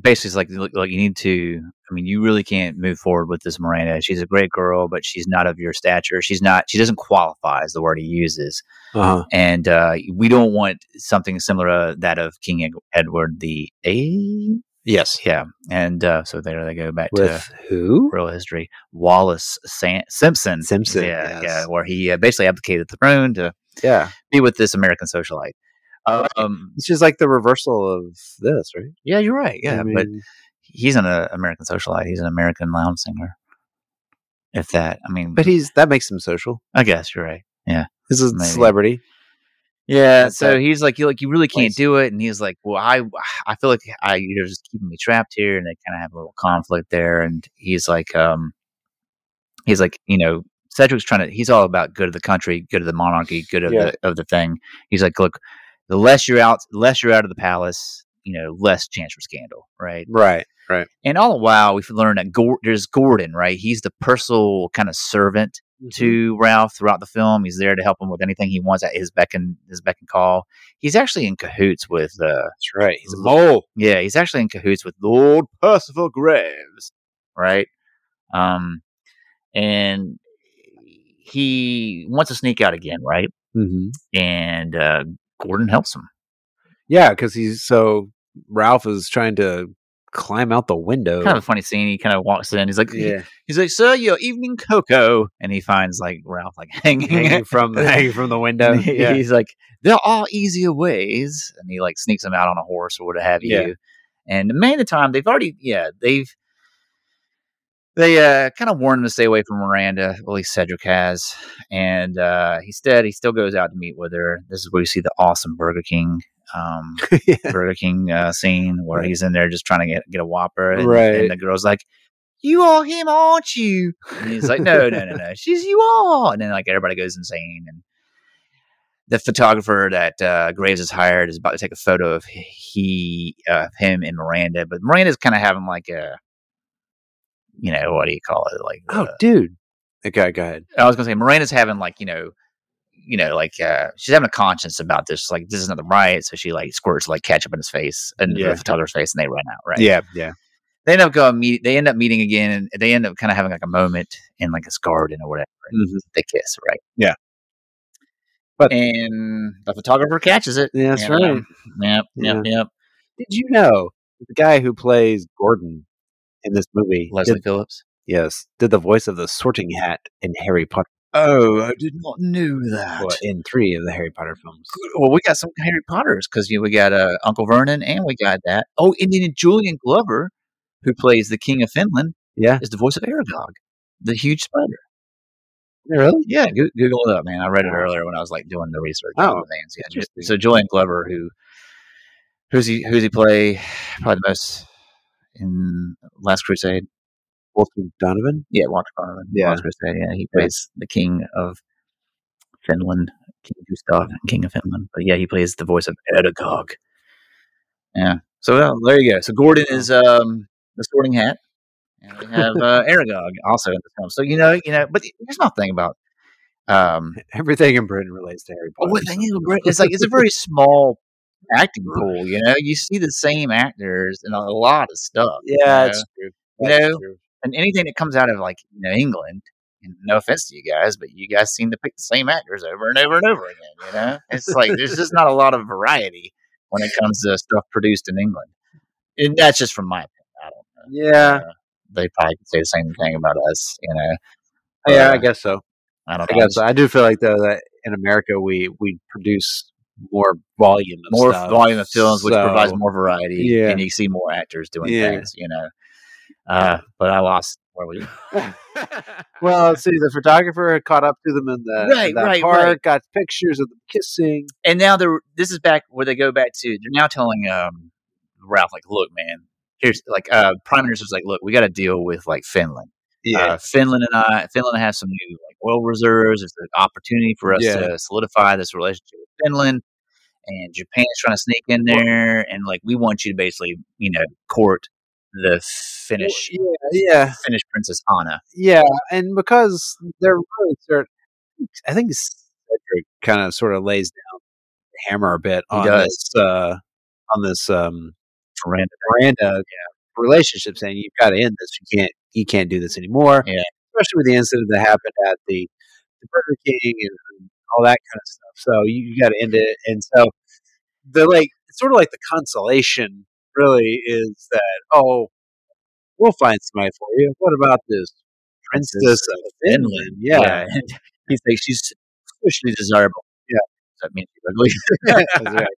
basically is like, look, look, you need to. I mean, you really can't move forward with this Miranda. She's a great girl, but she's not of your stature. She's not. She doesn't qualify is the word he uses, Uh-huh. and uh, we don't want something similar to that of King Ed- Edward the Eighth. yes, Yeah, and uh, so there they go back to with who? real history. Wallace San- Simpson. Simpson, Yeah, yes. yeah, where he uh, basically abdicated the throne to Yeah, be with this American socialite. Um, it's just like the reversal of this, right? yeah, you're right. Yeah, I but mean, he's an uh, American socialite. He's an American lounge singer. If that, I mean, but he's that makes him social. I guess you're right. He's a Maybe. celebrity. Yeah. That's So that he's like, you like, you really can't place. do it, and he's like, well, I, I feel like I, you're just keeping me trapped here, and they kind of have a little conflict there, and he's like, um, he's like, you know, Cedric's trying to, he's all about good of the country, good of the monarchy, good of Yeah. the of the thing. He's like, look, the less you're out, less you're out of the palace, you know, less chance for scandal, right? Right. And all the while, we've learned that Gor- there's Gordon, right? He's the personal kind of servant Mm-hmm. to Ralph throughout the film. He's there to help him with anything he wants at his beck and his beck and call. He's actually in cahoots with, uh, That's right. He's a mole. yeah, he's actually in cahoots with Lord Mm-hmm. Percival Graves, right? Um, and he wants to sneak out again, right? Mm-hmm. And uh, Gordon helps him. Yeah, because he's so Ralph is trying to climb out the window. Kind of a funny scene. He kind of walks in. He's like, Oh. yeah, <laughs> he's like, sir, your evening cocoa, and he finds like Ralph like <laughs> hanging hanging from hanging from the window. <laughs> And he- Yeah. He's like, there are easier ways, and he like sneaks him out on a horse or what have you. Yeah. And the main of the time, they've already, yeah, they've they uh, kind of warned him to stay away from Miranda. Well, at least Cedric has, and uh, instead, he still goes out to meet with her. This is where you see the awesome Burger King. Um, Yeah. <laughs> Burger King uh, scene where he's in there just trying to get, get a Whopper, and, Right. and the girl's like, "You are him, aren't you?" And he's like, "No, no, <laughs> no, no, she's you are." And then like everybody goes insane, and the photographer that uh, Graves has hired is about to take a photo of he, uh, him and Miranda, but Miranda's kind of having like a, you know, what do you call it? Like, Oh, uh, dude. Okay, go ahead. I was gonna say Miranda's having like you know, you know, like uh, she's having a conscience about this. Like this is nothing right. So she like squirts like ketchup in his face and Yeah. the photographer's face, and they run out. Right. Yeah, yeah. They end up going meet. They end up meeting again, and they end up kind of having like a moment in like his garden or whatever. and Mhm. They kiss, right? Yeah. But- and the photographer catches it. Yeah, that's and, right. um, Yep. Yep. Yep. Did you know the guy who plays Gordon in this movie? Leslie did- Phillips. yes, did the voice of the Sorting Hat in Harry Potter Oh, I did not know that. well, in three of the Harry Potter films. well, we got some Harry Potters because you know, we got uh, Uncle Vernon and we got that. Oh, and then Julian Glover, who plays the King of Finland, Yeah, is the voice of Aragog, the huge spider. really? Yeah, go- Google it up, man. I read it earlier when I was like doing the research. on Oh, the names. Yeah, just- interesting. so Julian Glover, who who's he? Who's he play? Probably the most in Last Crusade. Walton Donovan. Yeah, Walter Donovan. Yeah. Last Crusade. Yeah, he Yeah. plays the King of Finland, King Gustav, King of Finland. But yeah, he plays the voice of Edagog. Yeah. So well, there you go. So Gordon is um, the Sorting Hat, And we have <laughs> uh, Aragog also in this film. So you know, you know, but here's my thing about um oh, Everything in Britain relates to Harry Potter. what thing is Brit- it's like it's a very small <laughs> acting pool, you know. You see the same actors in a lot of stuff. you yeah, know? it's true. You That's know? true. and anything that comes out of like you know England. And no offense to you guys, but you guys seem to pick the same actors over and over and over again. You know, it's like there's just not a lot of variety when it comes to stuff produced in England. And that's just from my opinion. I don't know. Yeah, Uh, they probably could say the same thing about us. You know, Oh, yeah, uh, I guess so. I don't I know. guess so. I do feel like though that in America we we produce more volume, of more stuff, volume of films, which provides so- more variety, Yeah. and you see more actors doing Yeah. things. You know, uh, but I lost where we. Well, let's see, the photographer had caught up to them in the in Right, that right, park, right. got pictures of them kissing. and now they're this is back where they go back to they're now telling um Ralph like look man here's like uh prime minister's like look we got to deal with like Finland uh, Finland and I Finland has some new like oil reserves it's an opportunity for us Yeah. to solidify this relationship with Finland and Japan's trying to sneak in there and like we want you to basically you know court the Finnish yeah, yeah, Finnish princess Anna yeah, and because they're really sort, I think Cedric kind of sort of lays down the hammer a bit He on does. this uh, on this um, Miranda Miranda relationship, saying you've got to end this. You can't you can't do this anymore. Yeah. Especially with the incident that happened at the, the Burger King and, and all that kind of stuff. So you, you got to end it. And so the like it's sort of like the consolation really is that oh we'll find somebody for you. What about this princess of Finland? Yeah. <laughs> and he thinks she's socially desirable Yeah. that means she's ugly <laughs> That's right.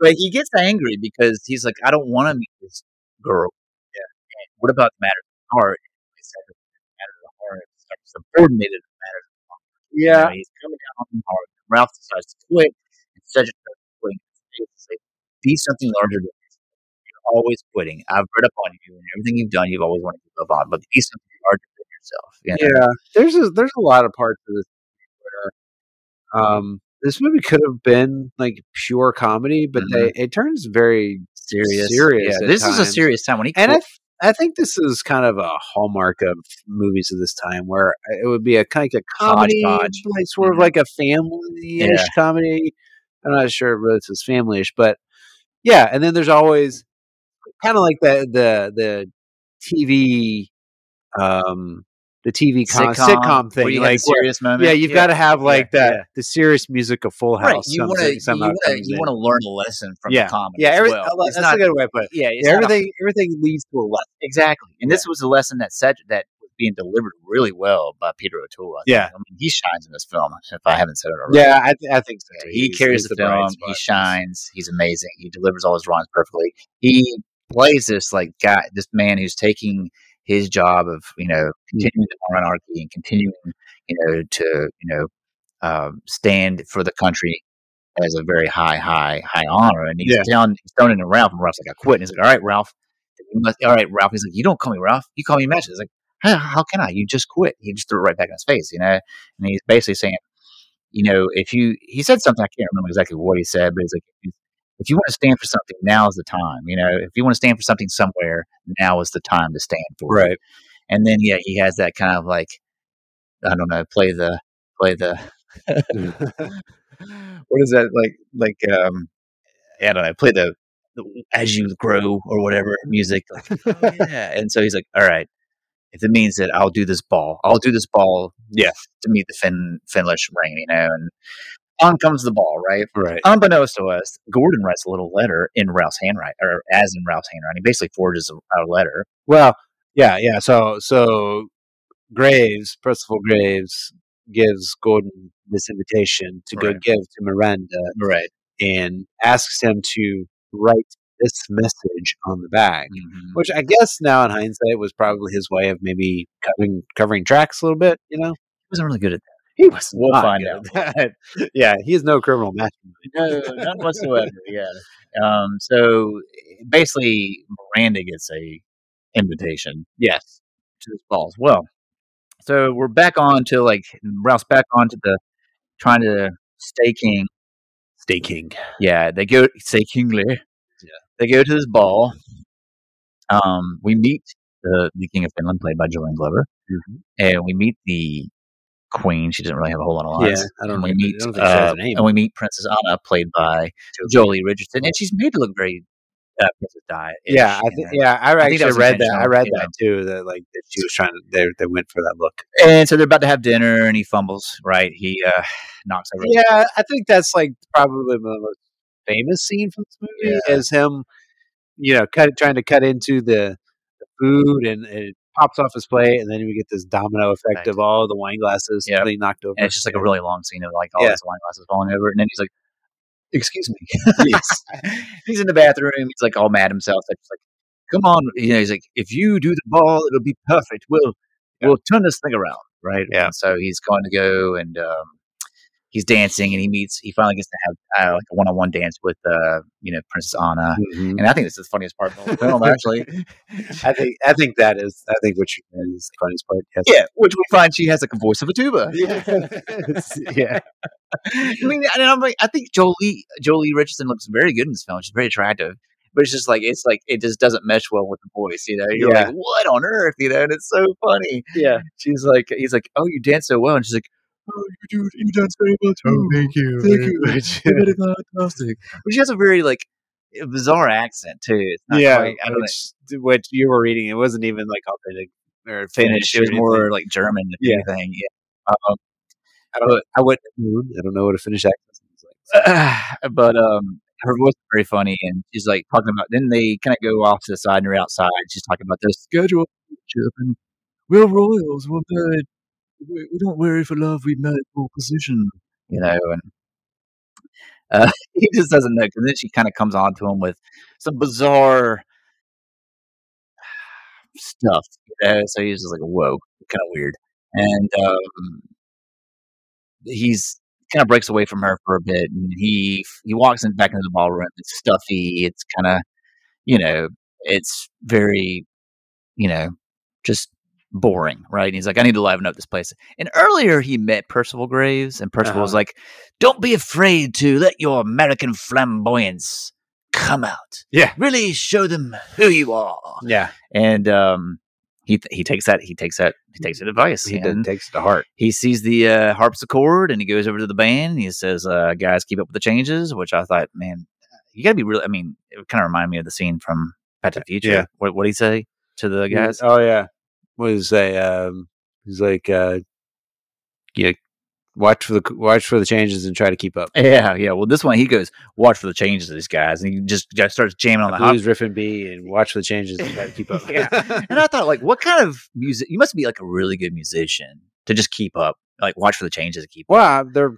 But he gets angry because he's like, I don't want to meet this girl. Yeah. And what about the matter of the heart? He said that the matter of the heart is sort of subordinated to the matter of the heart. You know, Yeah. he's coming down on the heart. Ralph decides to quit. And Cedric starts quitting. He's like, be something larger than this. You're always quitting. I've read up on you and everything you've done, you've always wanted to live on, but be something larger than yourself. You know? Yeah. There's a there's a lot of parts of this where um this movie could have been like pure comedy, but they, it turns very Serious. Serious Yeah. at This is a times. serious time. When he and I, quit- th- I think this is kind of a hallmark of movies of this time, where uh, it would be a Mm-hmm. kind of a comedy, Hodgepodge. like sort Mhm. of like a family-ish Yeah. comedy. I'm not sure whether it's family-ish, but yeah. And then there's always kind of like the the the TV, um, the TV con- sitcom, thing, where you have like the where- serious moment. yeah, you've got to have like that yeah. the serious music of Full House. Right. You want to something- you somehow want to comes you in. want to learn a lesson from Yeah. the comedy. yeah, as every, well. that's It's not- a good way to put it. yeah, it's not a- Everything everything leads to e, a lesson. exactly. And this was a lesson that said that was being delivered really well by Peter O'Toole. I think. Yeah. I mean, he shines in this film. If I haven't said it already, Yeah, I, th- I think so. he He's- carries he's the, bright film. spot in He this. shines. He's amazing. He delivers all his rhymes perfectly. He plays this like guy, this man who's taking his job of you know Hmm. continuing the monarchy and continuing you know to you know um, stand for the country as a very high, high, high honor. And he's Yeah. down, he's throwing it to Ralph, and Ralph's like, "I quit." And he's like, "All right, Ralph. You must, all right, Ralph." He's like, "You don't call me Ralph. You call me Matches." He's like, how, "How can I? You just quit." He just threw it right back in his face, you know. And he's basically saying you know, if you, he said something, I can't remember exactly what he said, but he's like, if you- if you want to stand for something, now is the time. You know, if you want to stand for something somewhere, now is the time to stand for it. Right. And then, yeah, he has that kind of like, I don't know, play the, play the, what is that? Like, like, um, I don't know, play the, the as you grow or whatever music. Like, oh, yeah. And so he's like, all right, if it means that I'll do this ball, I'll do this ball. Yeah. To meet the Fin, Finlish ring, you know, and on comes the ball, right? Right. Unbeknownst to us, Gordon writes a little letter in Ralph's handwriting, or as in Ralph's handwriting. He basically forges a, a letter. Well, yeah, yeah. So, so Graves, Percival Graves, gives Gordon this invitation to go Right. give to Miranda Right. and asks him to write this message on the back, which I guess now in hindsight was probably his way of maybe covering covering tracks a little bit. You know, He wasn't really good at he was. We'll not find good at that. <laughs> yeah, he is no criminal mastermind. that. <laughs> No, not whatsoever. yeah. Um, so basically, Miranda gets a invitation Yes. to this ball as well. So we're back on to like Ralph's back on to the trying to stay king. Stay king. Yeah, they go say King Lear. They go to this ball. Um, we meet the, the King of Finland, played by Julian Glover, Mm-hmm. and we meet the Queen. She doesn't really have a whole lot of lines. Yeah, I don't, and know. we meet I don't think she uh, has a name. and we meet Princess Anna, played by Jolie Richardson, and she's made to look very uh, Princess Di. yeah, I th- yeah, I I think actually that was read that. I intentional, read yeah. that too. That like that she was trying to. They they went for that look. And so they're about to have dinner, and he fumbles. Right, he uh, <sighs> knocks over. Yeah, I think that's like probably the most famous scene from this movie is him, you know, cut, trying to cut into the, the food and, and it pops off his plate, and then we get this domino Right. effect of all the wine glasses Yep. being knocked over. and it's just like a really long scene of like all Yeah. his wine glasses falling over, and then he's like, "Excuse me," <laughs> he's in the bathroom. He's like all mad himself. That's like, "Come on," you know. He's like, "If you do the ball, it'll be perfect. We'll we'll turn this thing around, right?" Yeah. And so he's going to go and um, he's dancing, and he meets. He finally gets to have uh, like a one-on-one dance with uh, you know Princess Anna. Mhm. And I think this is the funniest part of the whole <laughs> film, actually. I think I think that is I think what you is the funniest part. Yes. Yeah, which we find she has like a voice of a tuba. Yeah. <laughs> yeah. I mean, and I'm like, I think Jolie Jolie Richardson looks very good in this film. She's very attractive, but it's just like it's like it just doesn't mesh well with the voice. You know, you're Yeah. like, what on earth? You know, and it's so funny. Yeah. She's like, he's like, oh, you dance so well, and she's like, oh, you do, you dance very well too. Oh, thank you. Thank very you. <laughs> much. You're very fantastic. But she has a very like bizarre accent too. It's not yeah. quite- I don't know. Which, what you were reading, it wasn't even like authentic or Finnish. It was or more like German, if Yeah. anything. Yeah. Um, I don't. I wouldn't. I don't know what a Finnish accent is like. <sighs> but um, her voice is very funny, and she's like talking about. Then they kind of go off to the side and are outside. and She's talking about their schedule, and we're royals. We're married. We, we don't worry for love. We married for position, you know. And uh, <laughs> he just doesn't know. And then she kind of comes on to him with some bizarre stuff. You know? So he's just like, "Whoa, kind of weird." And um, he's kind of breaks away from her for a bit, and he he walks in back into the ballroom. It's stuffy. It's kind of you know, it's very you know, just boring, right? And he's like, I need to liven up this place. And earlier he met Percival Graves, and Percival was Uh-huh. like, Don't be afraid to let your American flamboyance come out. Yeah. really show them who you are. Yeah, And um, he he takes that he takes that he takes that advice. he and- did, takes it to heart. he sees the uh, harpsichord and he goes over to the band and he says, uh, "Guys, keep up with the changes." Which I thought, man, you got to be really. I mean, it kind of reminded me of the scene from Back to the Future. Yeah. What what did he say to the guys? Oh yeah, what is say? Um, he's like, uh, yeah, watch for the watch for the changes and try to keep up. Yeah, yeah. Well, this one he goes, "Watch for the changes, these guys," and he just, just starts jamming on the harp. Blues riff and B and watch for the changes and try to keep up. Yeah. And I thought, like, what kind of music? You must be like a really good musician to just keep up, like watch for the changes and keep. up. <laughs> well, uh, they're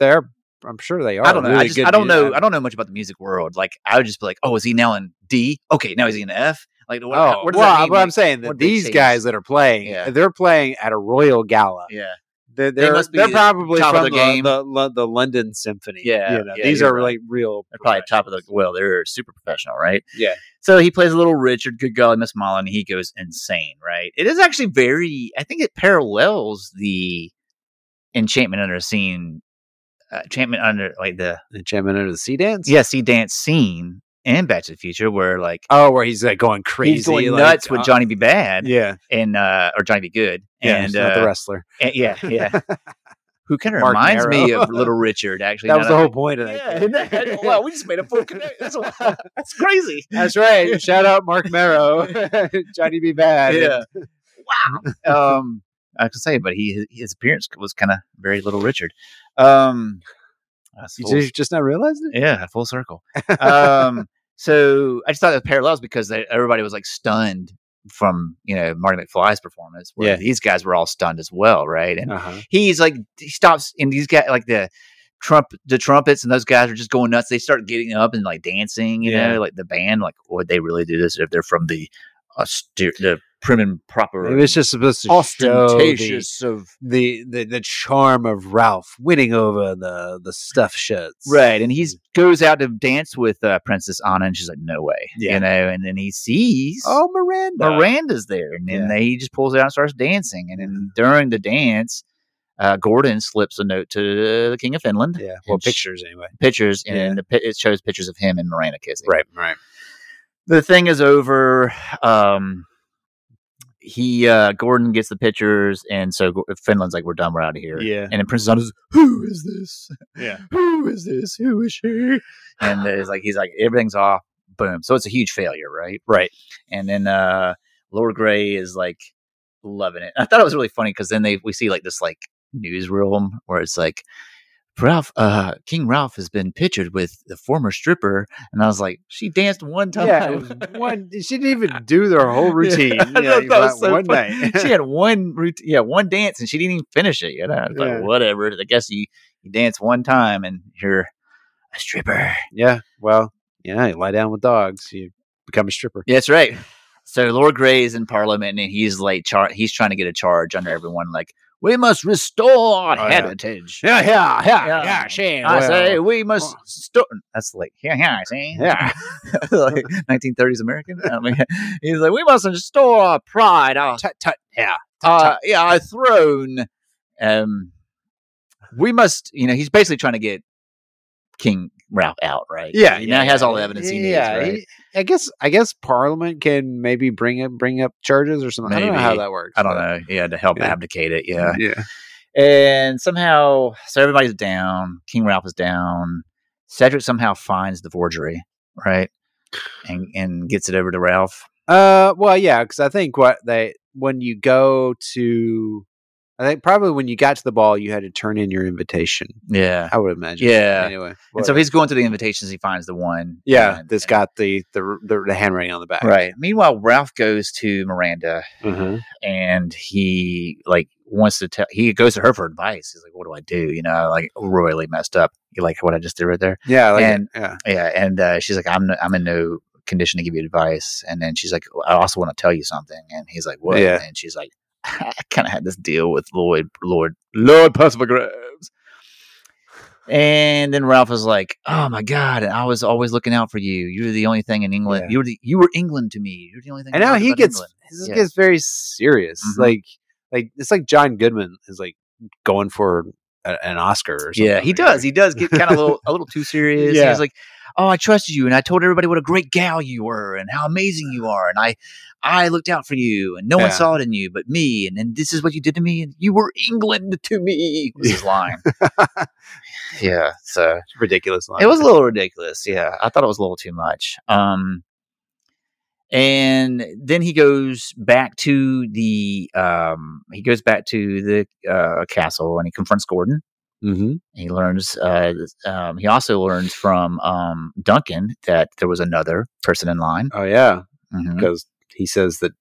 they're. I'm sure they are. I don't know. I, Oh, really just, good I don't mu- know. I don't know much about the music world. Like, I would just be like, "Oh, is he now in D? Okay, now he's in F." Like, what, Oh, what does well, that mean? but I'm Like, saying that what did they these change? guys that are playing, Yeah. they're playing at a royal gala. yeah. They're, they're, must be they're probably top of from the, the game. The, Lo- the London Symphony. Yeah, you know, yeah, these you're are right. like real. They're probably top of the well, they're super professional, right? Yeah. So he plays a little Richard, good golly, Miss Molly, and he goes insane, right? It is actually very I think it parallels the enchantment under scene uh, enchantment under like the Enchantment Under the Sea Dance. yeah, sea dance scene in Back to the Future where like Oh, where he's like going crazy, he's going like, nuts with uh, Johnny B. Bad Yeah, and uh or Johnny B. Good. yeah, and he's not the uh, wrestler. and- yeah, <laughs> yeah. Who kind of Mark reminds me <laughs> Nero. of Little Richard, actually. That now was I the whole think- point of yeah, that. isn't <laughs> that- wow, we just made a full connection. That's, <laughs> that's crazy. That's right. Shout out <laughs> Mark Merrow, <laughs> Johnny B. Bad. yeah. wow. Um, I can say, but he his appearance was kind of very little Richard. Um, that's You full- just, just not realizing it. yeah, full circle. Um, so I just thought it was parallels because they, everybody was like stunned from you know Marty McFly's performance. Where Yeah. these guys were all stunned as well, right? And Uh-huh. he's like he stops and these guys like the trump the trumpets and those guys are just going nuts they start getting up and like dancing you Yeah. know like the band like would they really do this if they're from the austere the prim and proper It was just supposed to show the, ostentatious of the, the the charm of Ralph winning over the the stuff shirts. right and he's goes out to dance with uh, princess anna and she's like no way Yeah. you know and then he sees Oh, Miranda. Miranda's there, and then Yeah. they, he just pulls it out and starts dancing. And then during the dance, uh, Gordon slips a note to the King of Finland. Yeah. Well, And sh- pictures anyway. pictures, and Yeah. the, pi- it shows pictures of him and Miranda kissing. Right. Right. The thing is over. Um, he uh Gordon gets the pictures, and so Go- Finland's like, "We're done. We're out of here." Yeah. And then Princess Anna's, "Who is this? Yeah. <laughs> Who is this? <laughs> Who is <laughs> she?" And it's like he's like, "Everything's off." Boom. So it's a huge failure, right? Right. And then uh Lord Gray is like loving it. I thought it was really funny because then they we see like this like newsroom where it's like. Ralph, uh, King Ralph has been pictured with the former stripper, and I was like, she danced one time. Yeah, it was one. <laughs> She didn't even do their whole routine. I Yeah, thought it that was was so one funny. <laughs> night. she had one routine, yeah, one dance, and she didn't even finish it. You know, I was Yeah. like, whatever. I guess you you dance one time, and you're a stripper. <laughs> yeah. Well, yeah. You lie down with dogs. You become a stripper. Yeah, that's right. So Lord Grey is in Parliament, and he's like, char- he's trying to get a charge under everyone. Like, we must restore Oh, yeah. heritage. Yeah. Yeah. <laughs> Yeah. Yeah. she, I well, say we must. well. Sto-. That's like, yeah, yeah, I see. Yeah. <laughs> like 1930s American. I mean, <laughs> he's like, we must restore our pride, our Tut tut. Yeah. uh, yeah, our throne. Um, we must, you know, he's basically trying to get King Ralph out, right? Yeah, he now has all the evidence he needs, Yeah, right? he- I guess I guess Parliament can maybe bring up bring up charges or something. I don't know how Maybe. that works. I don't but- know. Yeah, to help Yeah. abdicate it. Yeah, Yeah. and somehow, so everybody's down. King Ralph is down. Cedric somehow finds the forgery, right? And and gets it over to Ralph. Uh, well, yeah, because I think what they when you go to, I think probably when you got to the ball, you had to turn in your invitation. Yeah. I would imagine. Yeah. Anyway, And so whatever. he's going through the invitations. He finds the one. yeah, and- that's got the the the, the handwriting on the back. right. Meanwhile, Ralph goes to Miranda Uh-huh. and he like wants to tell he goes to her for advice he's like what do i do you know like royally messed up you like what i just did right there Yeah. Like, And- yeah. yeah and uh, she's like i'm no, i'm in no condition to give you advice and then she's like i also want to tell you something and he's like what Yeah. and she's like <laughs> i kind of had this deal with lord lord lord percival graves and then Ralph is like, "Oh my God! And I was always looking out for you. You're the only thing in England. Yeah. You were the you were England to me. You're the only thing." I And now loved he about gets England." this Yeah. gets very serious. Mhm. Like like it's like John Goodman is like going for a, an Oscar. or something. Yeah, he does. He does get kind of a <laughs> little, a little too serious. Yeah. He's like, "Oh, I trusted you, and I told everybody what a great gal you were, and how amazing you are, and I, I looked out for you, and no one Yeah. saw it in you but me, and then this is what you did to me, and you were England to me." Was his <laughs> line? yeah, so It's ridiculous. Line. it was a little ridiculous. Yeah, I thought it was a little too much. Um, and then he goes back to the um, he goes back to the uh, castle, and he confronts Gordon. Mm-hmm. He learns. Uh, um, he also learns from um, Duncan that there was another person in line. Oh yeah, Mhm. because he says that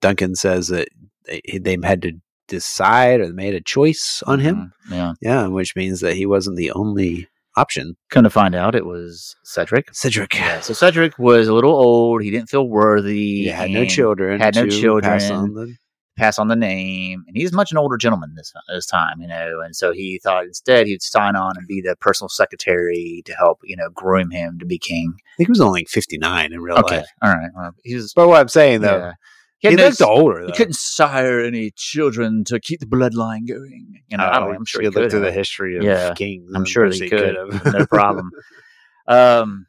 Duncan says that they, they had to decide or made a choice on him. Mhm. Yeah, Yeah, which means that he wasn't the only option. come to find out, it was Cedric. Cedric. Yeah, so Cedric was a little old. He didn't feel worthy. He had no and children. had no to pass children. on the- Pass on the name, and he's much an older gentleman this this time, you know. And so he thought instead he'd sign on and be the personal secretary to help, you know, groom him to be king. I think he was only like 59 in real Okay, life. all right. Well, he was. But what I'm saying though, yeah. he, had no looked s- older He though. couldn't sire any children to keep the bloodline going. You know, I don't, I'm sure he Oh, you look could. through the have. history of Yeah, kings. I'm and sure perhaps they could, <laughs> have. <laughs> no problem. Um,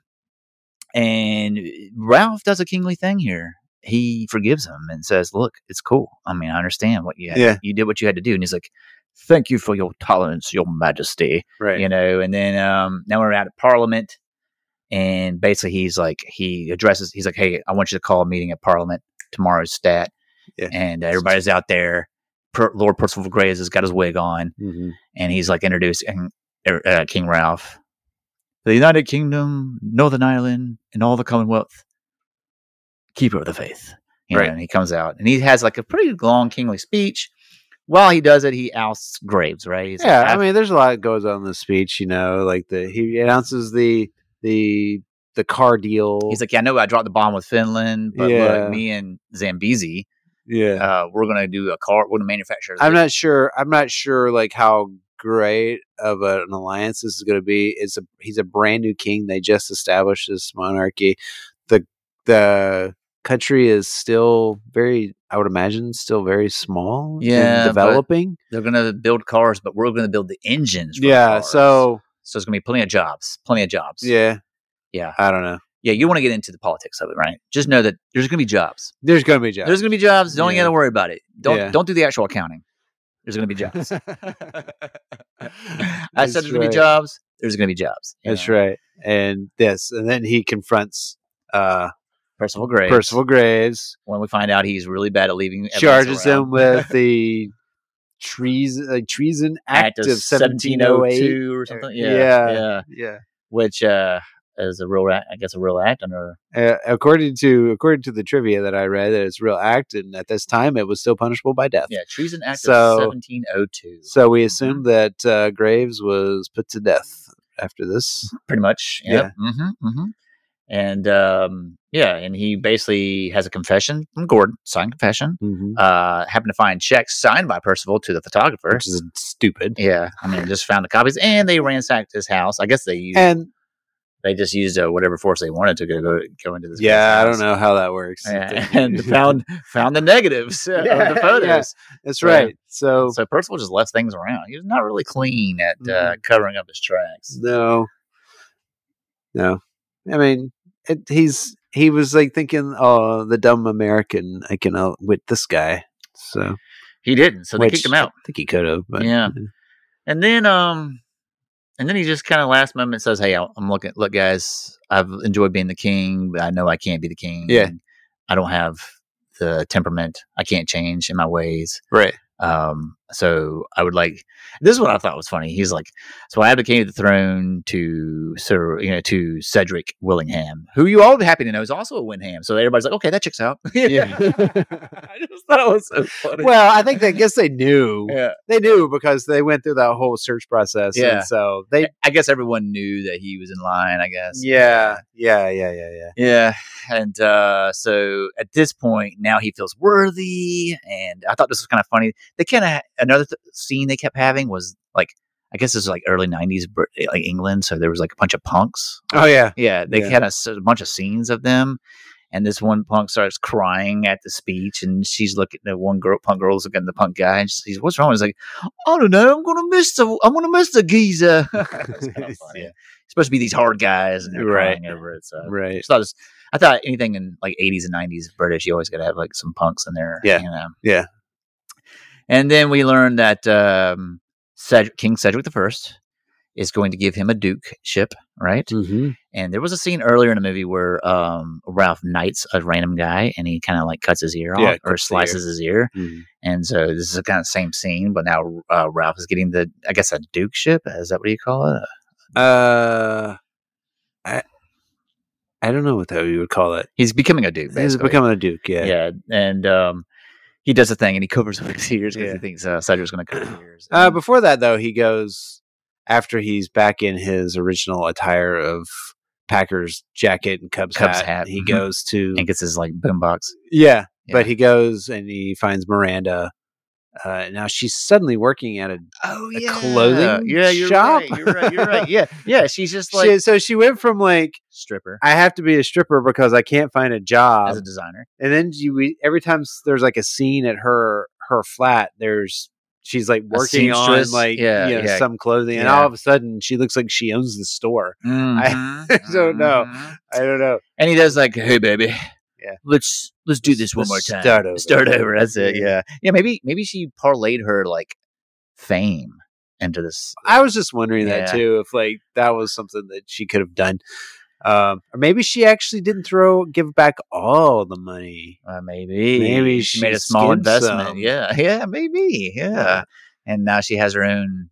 and uh, Ralph does a kingly thing here. He forgives him and says, "Look, it's cool. I mean, I understand what you had. Yeah. You did what you had to do." And he's like, "Thank you for your tolerance, your Majesty." right. you know and then um now we're out of parliament and basically he's like he addresses he's like hey i want you to call a meeting at parliament tomorrow's stat Yeah. and uh, everybody's out there per- lord percival graves has got his wig on Mhm. and he's like introducing er, uh, king ralph the united kingdom northern ireland and all the commonwealth keeper of the faith you know, Right. and he comes out and he has like a pretty long kingly speech while he does it he ousts graves right He's like, Yeah, "I've I mean, there's a lot that goes on in this speech. You know, like the he announces the the the car deal. He's like, yeah, I know I dropped the bomb with Finland, but Yeah. look, me and Zambezi, yeah. uh, we're gonna do a car. We're gonna manufacture. I'm not sure. I'm not sure like how great of a- an alliance this is going to be. It's a he's a brand new king. They just established this monarchy. the The country is still very, I would imagine, still very small. and Yeah, but- developing. They're gonna build cars, but we're gonna build the engines. for the Yeah, cars. so so it's gonna be plenty of jobs. Plenty of jobs. yeah, yeah. I don't know. yeah, you want to get into the politics of it, right? Just know that there's going to be jobs. There's gonna be jobs. There's going to be jobs. Don't Yeah. you got to worry about it. Don't Yeah. don't do the actual accounting. There's <laughs> going to be jobs. <laughs> I I said there's going to be jobs. There's going to be jobs. you That's know. right. And this, and then he confronts uh Percival Graves. Percival Graves, When we find out he's really bad at leaving, evidence charges around. <laughs> him with the treason, uh, treason act, Act of 1708. 1702 or something. Yeah, yeah. yeah. Yeah. Which uh, is a real, act, I guess, a real act under. Uh, according to according to the trivia that I read, that it's a real act, and at this time it was still punishable by death. Yeah, Mm-hmm. treason act So- of 1702. So we assume that uh, Graves was put to death after this. pretty much. Yep. hmm hmm And um, yeah, and he basically has a confession from Gordon, signed confession. Uh, happened to find checks signed by Percival to the photographer. Which is stupid. Yeah, I mean, just found the copies, and they ransacked his house. I guess they used, And they just used uh, whatever force they wanted to go go, go into this. guy's yeah, I house. don't know how that works. <laughs> Yeah, <laughs> and found found the negatives uh, Yeah, of the yeah. photos. That's Yeah. right. So So Percival just left things around. He was not really clean at uh, covering up his tracks. No. No. I mean, it, he's he was like thinking, "Oh, the dumb American, I can outwit this guy." So I He didn't, so they Which- kicked him out. think he could have, but Yeah. And then um and then he just kind of last moment says, "Hey, I- I'm looking. Look, guys, I've enjoyed being the king, but I know I can't be the king. Yeah. and I don't have the temperament. I can't change in my ways. right. Um, so I would like. This is what I thought was funny. He's like, so I abdicated the throne to Sir, you know, to Cedric Willingham, who you all happy to know is also a Winham. So everybody's like, okay, that checks out. <laughs> Yeah. I just thought it was so funny. Well, I think they I guess they knew. yeah, They knew because they went through that whole search process. Yeah. And so they I guess everyone knew that he was in line. I guess. Yeah. Yeah, yeah, yeah, yeah. Yeah. And uh, so at this point, now he feels worthy. And I thought this was kind of funny. They kind of, another th- scene they kept having was like, I guess this is like early 90s, Brit- like England. So there was like a bunch of punks. <laughs> Oh yeah. Yeah. They Yeah. had a, s- a bunch of scenes of them. And this one punk starts crying at the speech, and she's looking. The one girl, punk girl's looking at the punk guy, and she's, "What's wrong?" He's like, "I don't know. I'm gonna miss the. I'm gonna miss the geezer." <laughs> It's kinda <laughs> funny. Yeah. Supposed to be these hard guys, and they're Right. crying over it. So Right. just thought this- I thought anything in like 80s and 90s British, you always got to have like some punks in there. Yeah. You know? Yeah. And then we learned that um, Ced- King Cedric I is going to give him a dukeship, right? Mm-hmm. And there was a scene earlier in the movie where um, Ralph knights a random guy and he kind of like cuts his ear off Yeah, cuts the or ear. slices his ear. And so this is kind of same scene, but now uh, Ralph is getting the, I guess, a dukeship. Is that what you call it? Uh I I don't know what that you would call it. He's becoming a duke. Basically. He's becoming a duke, yeah. yeah. and um, he does a thing and he covers up his ears because Yeah. he thinks uh, Cedric's going to cover his ears. Uh, And- before that, though, he goes after he's back in his original attire of Packers jacket and Cubs, Cubs hat, hat, He mhm. goes to and gets his like boombox. yeah, but Yeah. he goes and he finds Miranda. Uh, now she's suddenly working at a. Oh a clothing yeah, you're shop? right, you're right, you're right. Yeah, yeah. She's <laughs> just like she, so she went from like stripper I have to be a stripper because I can't find a job, as a designer. and then you we- every time s- there's like a scene at her her flat, there's she's like working on seamstress? like Yeah, you know, yeah. some clothing, and Yeah. all of a sudden she looks like she owns the store. <laughs> I don't know. Mhm. I don't know. And he does like, "Hey, baby, Yeah. let's let's do this one Let's more time. start over. Start over. That's it. Yeah. Yeah, yeah. Maybe maybe she parlayed her like fame into this. I was just wondering that Yeah. too, if like that was something that she could have done. Um, or maybe she actually didn't throw give back all the money. Uh, maybe. Maybe she made she a small skimmed investment. some. Yeah, <laughs> yeah, maybe. Yeah. Yeah. and now she has her own.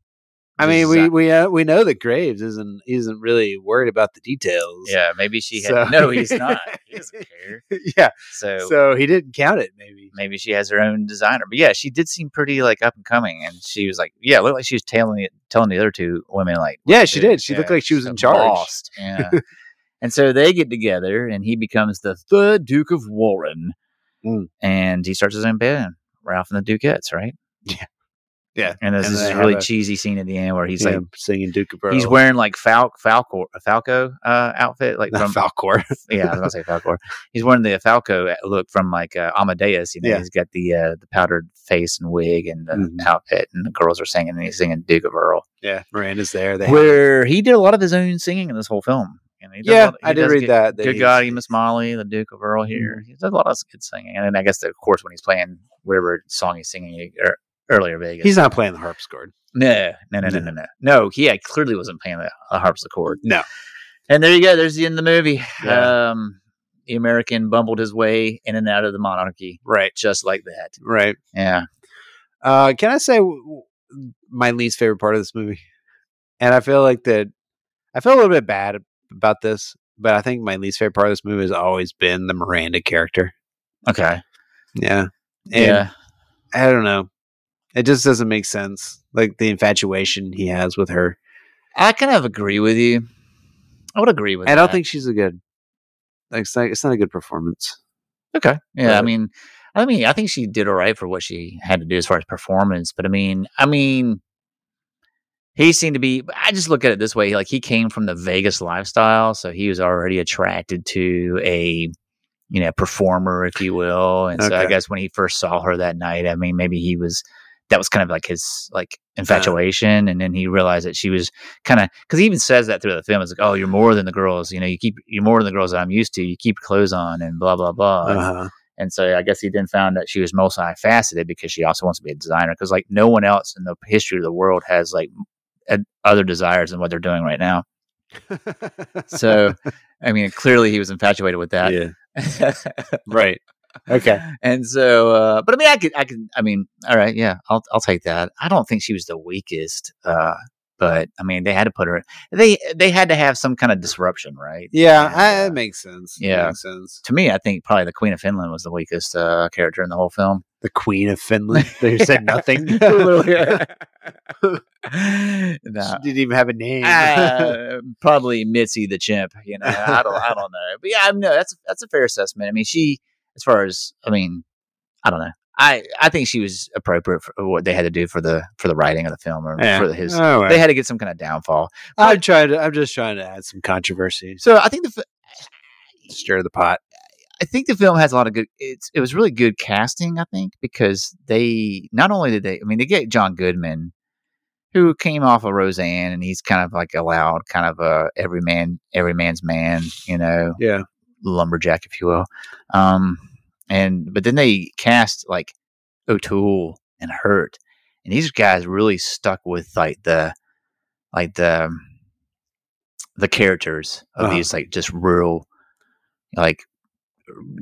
I mean, we design- we uh, we know that Graves isn't isn't really worried about the details. Yeah, maybe she had. So- <laughs> No, he's not. He doesn't care. <laughs> yeah. So, So he didn't count it. Maybe. maybe she has her own designer. But yeah, she did seem pretty like up and coming, and she was like, yeah, it looked like she was telling it, telling the other two women like, Yeah, she "Dude, did. She looked yeah, like she was so in charge. uh, lost." Yeah. And so they get together, and he becomes the third Duke of Warren, Mm. and he starts his own band, Ralph and the Dukettes, right? Yeah. Yeah. And there's And they this have really a- cheesy scene at the end where he's Yeah, like, singing Duke of Earl. <laughs> he's wearing like Fal- Falco Falco uh, outfit, <laughs> like from Falcor. yeah, I was gonna say Falcor. He's wearing the Falco look from like uh, Amadeus. You know, Yeah. he's got the uh, the powdered face and wig and the Mhm. outfit, and the girls are singing, and he's singing Duke of Earl, yeah, Miranda's there. They have- where he did a lot of his own singing in this whole film. You He does a yeah, lot- he I did does read get- that. that Good he's- Mm-hmm. God, Emus Molly, the Duke of Earl here. He does a lot of good singing. And then I guess, of course, when he's playing whatever song he's singing er, earlier, Vegas. He's not playing the harpsichord. no, no, no, no, no, no. No, he yeah, clearly wasn't playing the, the harpsichord. No. And there you go. There's the end of the movie. Yeah. Um, the American bumbled his way in and out of the monarchy Right. just like that. Right. Yeah. Uh, can I say w- w- my least favorite part of this movie? And I feel like that I feel a little bit bad about this, but I think my least favorite part of this movie has always been the Miranda character. Okay. Yeah. And Yeah. I don't know. It just doesn't make sense. Like the infatuation he has with her. I kind of agree with you. I would agree with I don't that. think she's a good like it's not, it's not a good performance. Okay. Yeah. I Right. mean, I mean, I think she did all right for what she had to do as far as performance. But I mean, I mean, he seemed to be. I just look at it this way: like he came from the Vegas lifestyle, so he was already attracted to a, you know, performer, if you will. And so I Okay. guess when he first saw her that night, I mean, maybe he was. That was kind of like his like infatuation, and then he realized that she was kind of because he even says that through the film. It's like, oh, you're more than the girls. You know, you keep you're more than the girls that I'm used to. You keep your clothes on and blah blah blah. Uh-huh. And so I guess he then found that she was multifaceted because she also wants to be a designer. Because like no one else in the history of the world has like a- other desires than what they're doing right now. <laughs> So I mean, clearly he was infatuated with that. <laughs> yeah. Right. And so, uh, but I mean, I could, I could, I mean, all right, yeah, I'll, I'll take that. I don't think she was the weakest, uh, but I mean, they had to put her. They, they had to have some kind of disruption, right? Yeah, And, I, uh, it makes sense. It yeah. makes sense. to me, I think probably the Queen of Finland was the weakest uh, character in the whole film. <laughs> The Queen of Finland. They said nothing. Literally. She Nah. didn't even have a name. <laughs> Uh, probably Mitzi the chimp. You know, I don't, I don't know, but yeah, I know that's that's a fair assessment. I mean, she, as far as I mean, I don't know. I I think she was appropriate for what they had to do for the for the writing of the film or Yeah. for his. All right. They had to get some kind of downfall. I'm trying to. I'm just trying to add some controversy. So I think the f- Stir the pot. I think the film has a lot of good. It's it was really good casting, I think, because they not only did they, I mean, they get John Goodman, who came off of Roseanne, and he's kind of like a loud, kind of a every man, every man's man, you know, Yeah. lumberjack, if you will. Um, and but then they cast like O'Toole and Hurt, and these guys really stuck with like the like the um, the characters of Uh-huh. these like just real like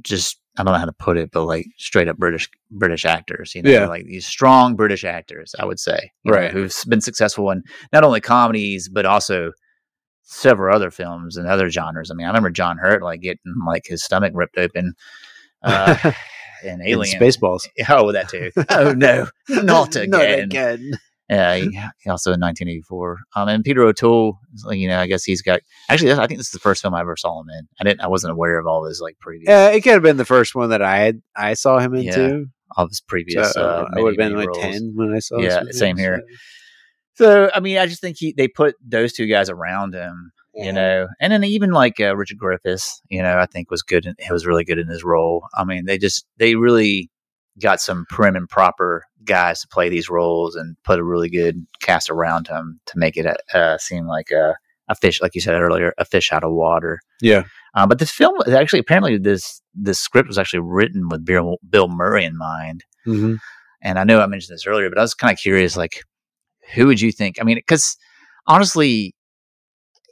just I don't know how to put it, but like straight up British British actors, you know, Yeah. like these strong British actors, I would say, you know, Right. who've s- been successful in not only comedies but also several other films and other genres. I mean, I remember John Hurt like getting like his stomach ripped open <laughs> uh, in And Alien. Spaceballs. <laughs> Oh, that <laughs> too. Oh no, not again. <laughs> again. Yeah, he, he also in 1984. Um, and Peter O'Toole, so, you know, I guess he's got. Actually, that's- I think this is the first film I ever saw him in. I didn't. I wasn't aware of all his like previous, Yeah, it could have been the first one that I had, I saw him Yeah. into. all his previous. so uh, I many, would have been many like roles. ten when I saw. Yeah, this movie, same here. so- So I mean, I just think he they put those two guys around him, you know, and then even like uh, Richard Griffiths, you know, I think was good. In, he was really good in his role. I mean, they just they really got some prim and proper guys to play these roles and put a really good cast around him to make it uh, seem like a, a fish, like you said earlier, a fish out of water. Yeah. Uh, but this film was actually apparently this this script was actually written with Bill, Bill Murray in mind Mhm. and I know I mentioned this earlier, but I was kind of curious, like, who would you think? I mean, because honestly,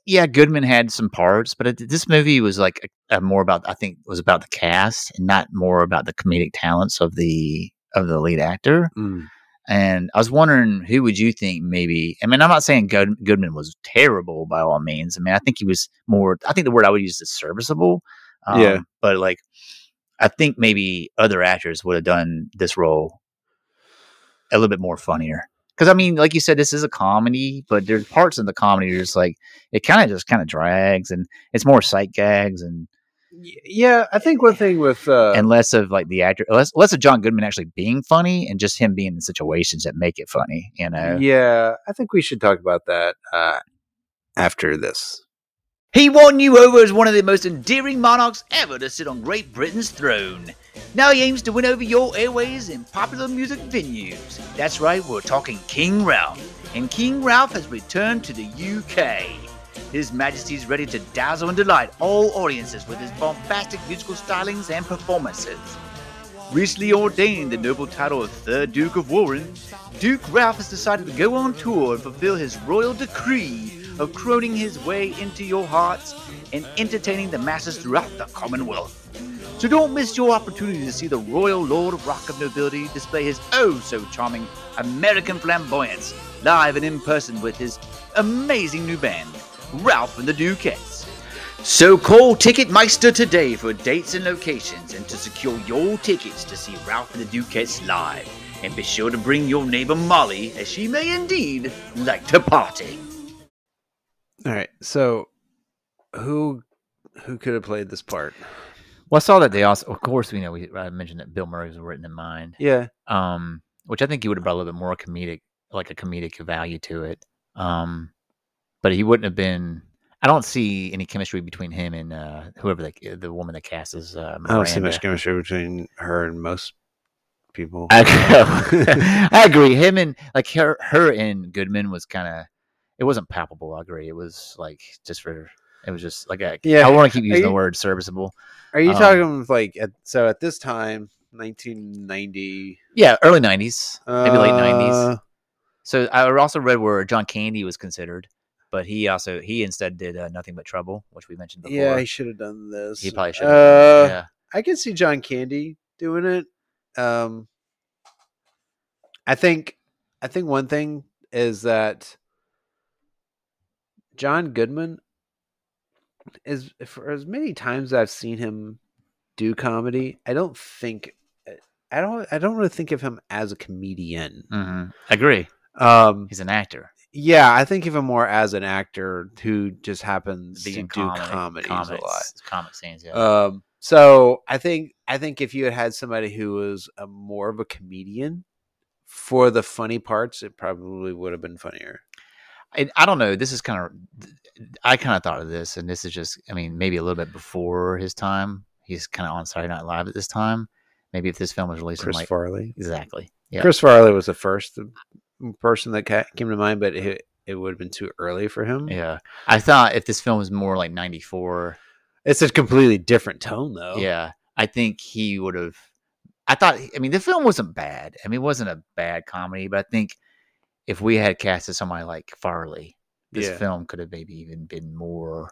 yeah, Goodman had some parts, but it, this movie was like a, a more about I think was about the cast and not more about the comedic talents of the of the lead actor. Mm. And I was wondering, who would you think maybe? I mean, I'm not saying Good, Goodman was terrible by all means. I mean, I think he was more. I think the word I would use is serviceable. Um, Yeah. But like, I think maybe other actors would have done this role a little bit more funnier. Because I mean, like you said, this is a comedy, but there's parts of the comedy that's like it kind of just kind of drags, and it's more sight gags and Y- Yeah, I think one thing with uh, and less of like the actor, less less of John Goodman actually being funny, and just him being in situations that make it funny. You know. yeah, I think we should talk about that uh, after this. He won you over as one of the most endearing monarchs ever to sit on Great Britain's throne. Now he aims to win over your airways in popular music venues. That's right, we're talking King Ralph. And King Ralph has returned to the UK. His Majesty's ready to dazzle and delight all audiences with his bombastic musical stylings and performances. Recently ordained the noble title of Third Duke of Warren, Duke Ralph has decided to go on tour and fulfill his royal decree of croning his way into your hearts and entertaining the masses throughout the Commonwealth. So don't miss your opportunity to see the Royal Lord of Rock of Nobility display his oh so charming American flamboyance live and in person with his amazing new band, Ralph and the Dukettes. So call Ticketmeister today for dates and locations and to secure your tickets to see Ralph and the Dukettes live. And be sure to bring your neighbor Molly, as she may indeed like to party. All right. So who who could have played this part? Well, I saw that they also, of course, we know we I mentioned that Bill Murray was written in mind. Yeah. um, which I think he would have brought a little bit more comedic, like a comedic value to it. Um, but he wouldn't have been. I don't see any chemistry between him and uh, whoever the, the woman that casts is. Uh, I don't see Miranda. much chemistry between her and most people. <laughs> I, <laughs> I agree. Him and like her, her and Goodman was kind of. It wasn't palpable. I agree. It was like just for. It was just like I, Yeah, I want to keep using the you- word serviceable. Are you Um, talking like at, so at this time, 1990, Yeah, early nineties, maybe late nineties. uh, So I also read where John Candy was considered, but he also he instead did uh, nothing but trouble, which we mentioned before. Yeah, he should have done this. he probably should. Uh, yeah, I can see John Candy doing it. Um, I think I think one thing is that John Goodman is for as many times I've seen him do comedy, I don't think I don't I don't really think of him as a comedian. Mhm. agree. Um, He's an actor. yeah, I think of him more as an actor who just happens Being to in do comedies a lot. comics- comic scenes. Yeah, Um, so I think I think if you had had somebody who was a more of a comedian for the funny parts, it probably would have been funnier. I, I don't know. This is kind of I kind of thought of this, and this is just I mean maybe a little bit before his time. He's kind of on Saturday Night Live at this time. Maybe if this film was released, in, like Farley. exactly. Yeah, Chris Farley was the first person that ca- came to mind, but it, it would have been too early for him. yeah. I thought if this film was more like '94, It's a completely different tone, though. Yeah, I think he would have. I thought. I mean, the film wasn't bad. I mean, it wasn't a bad comedy, but I think if we had casted somebody like Farley, this Yeah. film could have maybe even been more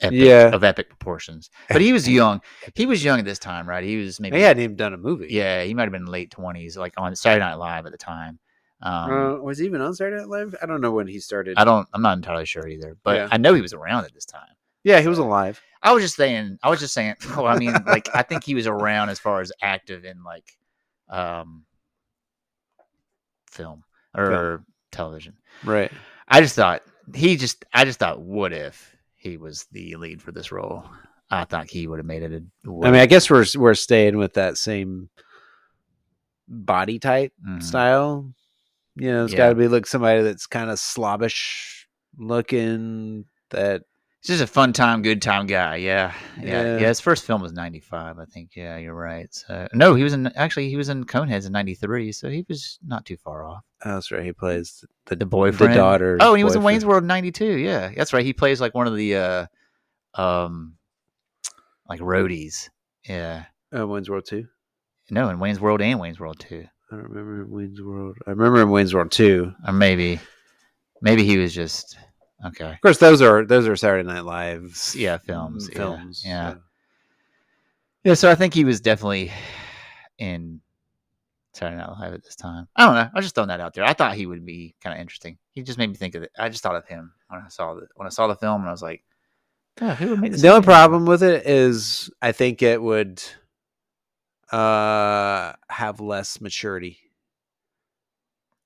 epic, Yeah. of epic <laughs> proportions. But he was young. He was young at this time, right? He was maybe. They hadn't even done a movie. Yeah, he might have been late twenties, like on Saturday Night Live at the time. Um, Uh, was he even on Saturday Night Live? I don't know when he started. I don't. I'm not entirely sure either, but Yeah. I know he was around at this time. yeah, he was alive. I was just saying. I was just saying. <laughs> Well, I mean, like I think he was around as far as active in like, um, film or television. Right. I just thought he just. I just thought, what if he was the lead for this role? I thought he would have made it. A, I mean, I guess we're we're staying with that same body type. Mm-hmm. style. You know, it's Yeah. got to be like somebody that's kind of slobbish looking. That It's just a fun time, good time guy. Yeah, yeah, yeah. Yeah. his first film was '95, I think. Yeah, you're right. So no, he was in. Actually, he was in Coneheads in '93, so he was not too far off. oh, that's right. He plays the, the boyfriend, daughter's Oh, and he was in Wayne's boyfriend. World '92. Yeah, that's right. He plays like one of the, uh, um, like roadies. Yeah, uh, Wayne's World Two. no, in Wayne's World and Wayne's World Two, I don't remember in Wayne's World. I remember in Wayne's World Two. or maybe, maybe he was just okay. Of course, those are those are Saturday Night Live. Yeah, films, yeah, Films. yeah. Yeah, so I think he was definitely in Saturday Night Live at this time. I don't know. I just throwing that out there. I thought he would be kind of interesting. He just made me think of it. I just thought of him when I saw the when I saw the film, and I was like, yeah, who would make this? The only movie?" problem with it is, I think it would uh have less maturity.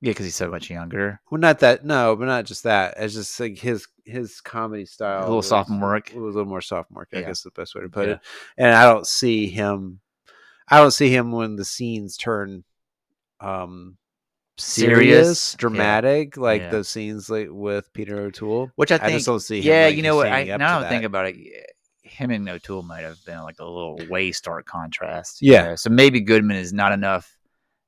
yeah, because he's so much younger. Well, not that. No, but not just that. It's just like his his comedy style. little sophomoric. It was a little more sophomoric. I Yeah. guess is the best way to put Yeah. it. And I don't see him. I don't see him when the scenes turn, um, serious, Serious? Yeah. dramatic, like Yeah. those scenes like with Peter O'Toole. Which I I, think, just don't see. Him, yeah, like, you know what? I, standing up now to I'm thinking that. about it. yeah, Him and O'Toole might have been like a little way stark contrast. Yeah. know? So maybe Goodman is not enough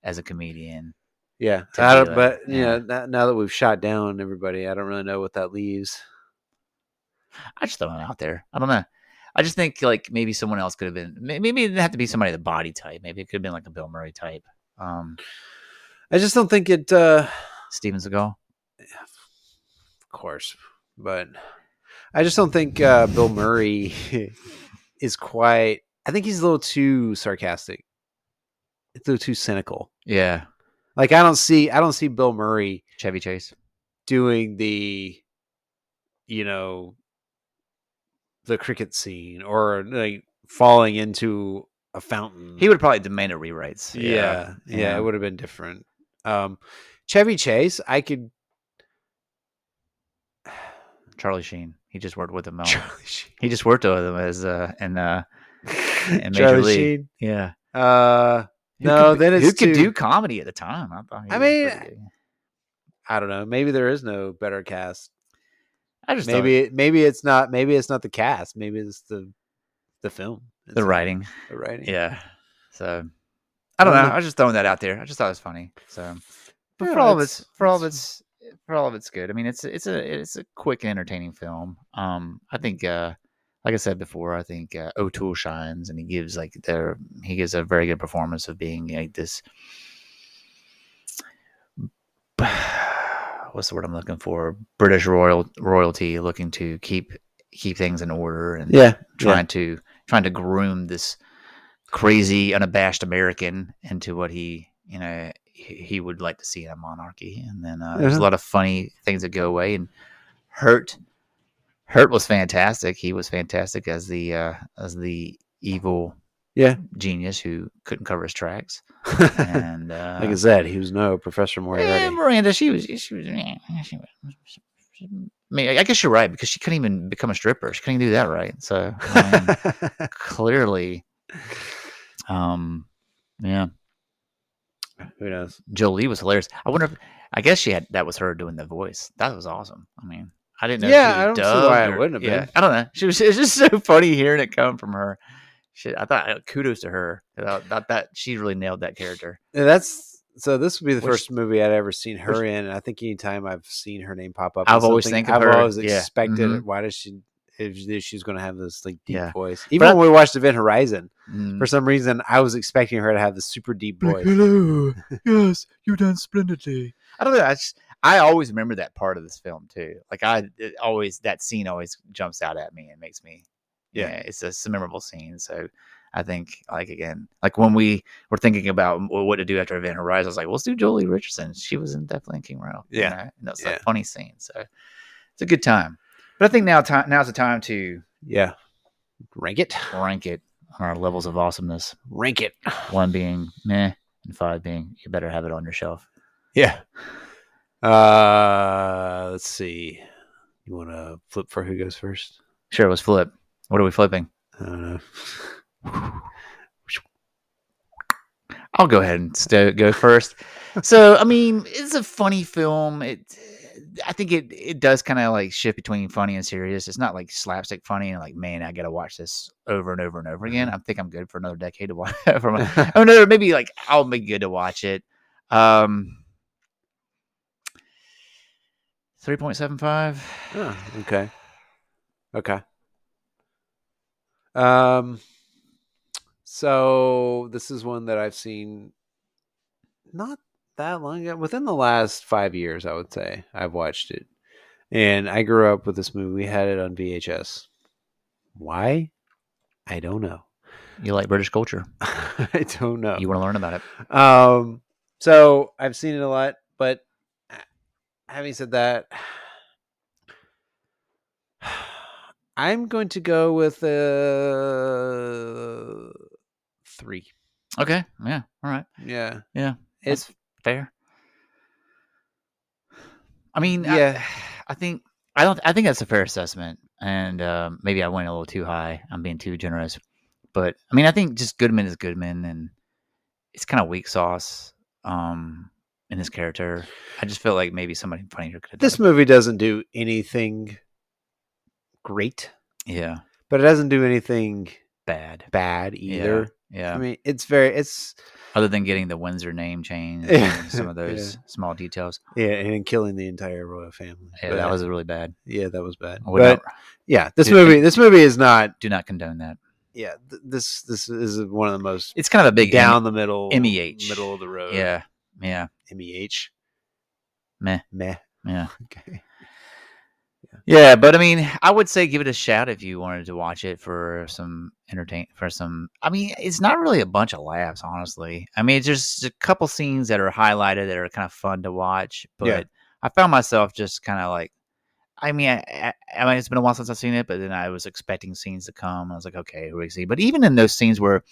as a comedian. Yeah, to I do don't, it, but yeah. yeah, that, now that we've shot down everybody, I don't really know what that leaves. I just throwing it out there. I don't know. I just think like maybe someone else could have been. may- Maybe it didn't have to be somebody the body type. Maybe it could have been like a Bill Murray type. Um, I just don't think it. uh Steven Seagal. Of course, but I just don't think uh Bill Murray <laughs> is quite. I think he's a little too sarcastic. It's a little too cynical. Yeah, Like I don't see. I don't see Bill Murray Chevy Chase. doing the, you know, the cricket scene or like falling into a fountain. He would have probably demanded rewrites. yeah yeah, Yeah. it would have been different um chevy chase i could Charlie Sheen. He just worked with him. out. <laughs> charlie sheen He just worked with him as uh and uh Major charlie League. sheen yeah. uh Who No, could be- then it's who could too- do comedy at the time. I, thought he I was mean, pretty good. i don't know maybe there is no better cast I just maybe it- maybe it's not maybe it's not the cast maybe it's the the film thought the It's writing. the writing Yeah. So I don't know. Well, I was just throwing that out there. I just thought it was funny. So, but Yeah, for all of it's- it's for all of it's- it's for all of it's good. I mean, it's it's a it's a quick and entertaining film. Um, I think, uh, like I said before, I think uh, O'Toole shines and he gives like their he gives a very good performance of being like this. <sighs> What's the word I'm looking for? British royal royalty looking to keep keep things in order and yeah trying to trying to groom this crazy unabashed american into what he you know he, he would like to see in a monarchy and then uh, there's a Uh-huh. lot of funny things that go away and hurt hurt was fantastic he was fantastic as the uh as the evil Yeah. genius who couldn't cover his tracks like and uh <laughs> i said he was no professor yeah, <laughs> moriarty Miranda, she was, she was, she was. I mean, I guess you're right because she couldn't even become a stripper. She couldn't do that right. So I mean, clearly, um, yeah, who knows Jolie was hilarious. I wonder if I guess she had that was her doing the voice. That was awesome. I mean, I didn't know. if Yeah, she I was don't see why dubbed it or- wouldn't have yeah, been. I don't know. She was, <laughs> it was just so funny hearing it come from her. Shit, I thought uh, kudos to her. That, that, that she really nailed that character. Yeah, that's so. This would be the Which- first movie I'd ever seen her which- in. And I think anytime I've seen her name pop up, I've in always something, think of I've her, always yeah, expected. mhm. Why does she? If she- she's going to have this like deep Yeah. voice, even I- when we watched Event Horizon, Mm. for some reason I was expecting her to have this super deep Like, voice. hello. yes, you've done splendidly. I don't know. I just, I always remember that part of this film too. Like I it always that scene always jumps out at me and makes me. Yeah. it's a, it's a memorable scene. So I think like again, like when we were thinking about w- what to do after Event Horizon, I was like, well, let's do Jolie Richardson. She was in definitely in King Royal. you Yeah. know? and that's Yeah. a funny scene. So it's a good time. But I think now time now's the time to Yeah, rank it, rank it on our levels of awesomeness. rank it. One being meh, and five being you better have it on your shelf. Yeah. Uh, let's see. You want to flip for who goes first? Sure, let's flip. What are we flipping? I don't know. I'll go ahead and sto- go first. so, I mean, it's a funny film. It, I think it it does kind of like shift between funny and serious. It's not like slapstick funny and like, man, I got to watch this over and over and over again. I think I'm good for another decade to watch. <laughs> for my, oh no, maybe like I'll be good to watch it. Um, three point seven five. Oh, okay. Okay. Um so this is one that I've seen not that long ago. Within the last five years, I would say I've watched it. And I grew up with this movie. We had it on VHS. Why? I don't know. <laughs> You like British culture? I don't know You want to learn about it? um so i've seen it a lot but having said that i'm going to go with uh three Okay. Yeah. All right. yeah Yeah, it's That's fair. I mean, Yeah. yeah, I, think I don't. I think that's a fair assessment, and um, maybe I went a little too high. I'm being too generous, but I mean, I think just Goodman is Goodman, and it's kind of weak sauce um, in his character. I just feel like maybe somebody funnier could. have done this it. movie doesn't do anything great yeah, but it doesn't do anything bad. bad Yeah. either Yeah. I mean, it's very it's Other than getting the Windsor name change, <laughs> Yeah. and some of Yeah. those small details. yeah, and killing the entire royal family. Yeah, But- that was really bad. yeah, that was bad. I would not- But yeah, this It- movie this movie is not do not condone that. yeah, th- this this is one of the most It's kind of a big down the middle MEH. middle of the road. Yeah. Yeah. MEH. Meh. Meh. <laughs> Yeah. Okay. Yeah, but I mean, I would say give it a shout if you wanted to watch it for some entertain for some. I mean, it's not really a bunch of laughs, honestly. I mean, it's just a couple scenes that are highlighted that are kind of fun to watch. But Yeah. I found myself just kind of like, I mean, I, I, I mean, it's been a while since I've seen it, but then I was expecting scenes to come. I was like, okay, who do we see? But even in those scenes where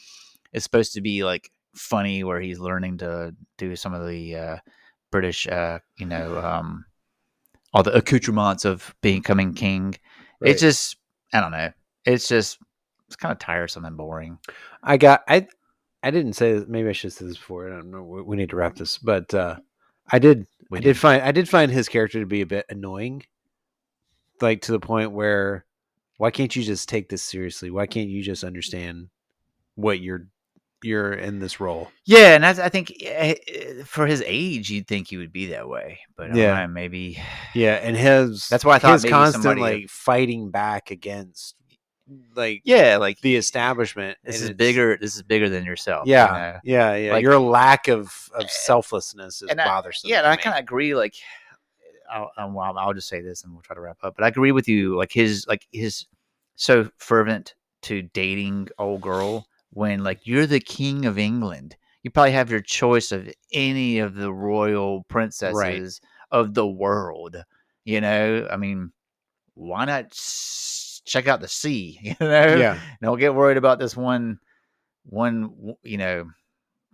it's supposed to be like funny, where he's learning to do some of the uh, British, uh, you know. um all the accoutrements of becoming king. It's just I don't know. It's just it's kind of tiresome and boring. I got I I didn't say this- maybe I should say this before. I don't know. We, we need to wrap this, but uh I did We I did find I did find his character to be a bit annoying, like to the point where why can't you just take this seriously? Why can't you just understand what you're you're in this role? Yeah, and that's, I think eh, eh, for his age, you'd think he would be that way, but Yeah. yeah, maybe Yeah, and his That's why I thought his maybe constant somebody- like fighting back against like yeah, like the establishment. this and is it's- bigger. This is bigger than yourself. you Yeah, know? yeah, yeah. Like- Eh, Your lack of of selflessness is and I- bothersome. yeah, and to I me. kind of agree. Like, I'll, I'll, well, I'll just say this, and we'll try to wrap up. But I agree with you. Like his, like his, so fervent to dating old girl when like you're the king of England. You probably have your choice of any of the royal princesses of the world. You know, I mean, why not s- check out the sea? <laughs> You know, yeah, Don't get worried about this one, one you know,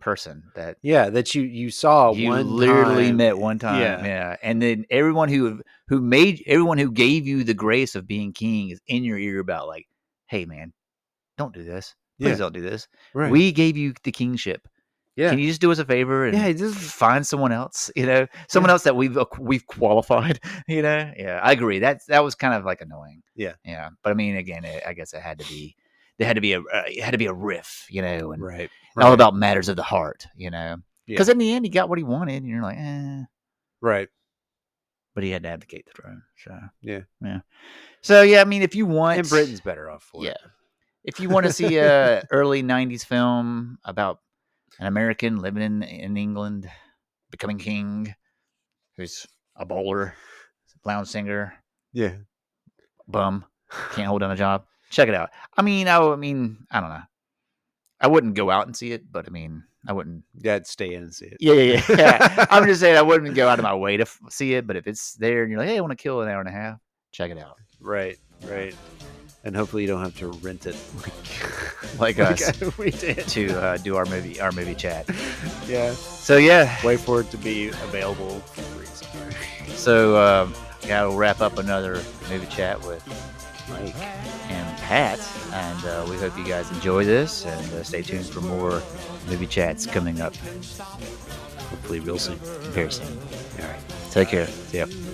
person that yeah. That you you saw you one literally time. met one time Yeah. yeah. and then everyone who who made everyone who gave you the grace of being king is in your ear about like hey man don't do this please Yeah. don't do this Right. we gave you the kingship Yeah. can you just do us a favor and Yeah, just- find someone else you know someone else that we've ac- we've qualified <laughs> you know yeah i agree that that was kind of like annoying Yeah. yeah but i mean again it, i guess it had to be there had to be a uh, it had to be a riff you know and right, all right. about matters of the heart, you know. Because Yeah. in the end, he got what he wanted, and you're like, eh. right. But he had to abdicate the throne. So Yeah. yeah. So yeah, I mean, if you want, And Britain's better off for yeah, it. if you want to see a <laughs> early '90s film about an American living in, in England, becoming king, who's a bowler, lounge singer, Yeah, bum, can't hold down a job, check it out. I mean, I, I mean, I don't know. I wouldn't go out and see it, but I mean, I wouldn't yeah. I'd stay in and see it. Yeah, yeah, yeah. yeah. <laughs> I'm just saying I wouldn't go out of my way to f- see it, but if it's there and you're like, hey, I want to kill an hour and a half, check it out. Right, right. And hopefully you don't have to <laughs> rent it. <laughs> Like us we did. to uh, do our movie, our movie chat. Yeah. So yeah, Wait for it to be available for free somewhere. so um, yeah, we'll wrap up another movie chat with Mike and Pat, and uh, we hope you guys enjoy this and uh, stay tuned for more movie chats coming up Hopefully real soon. very soon. All right. Take care. See ya.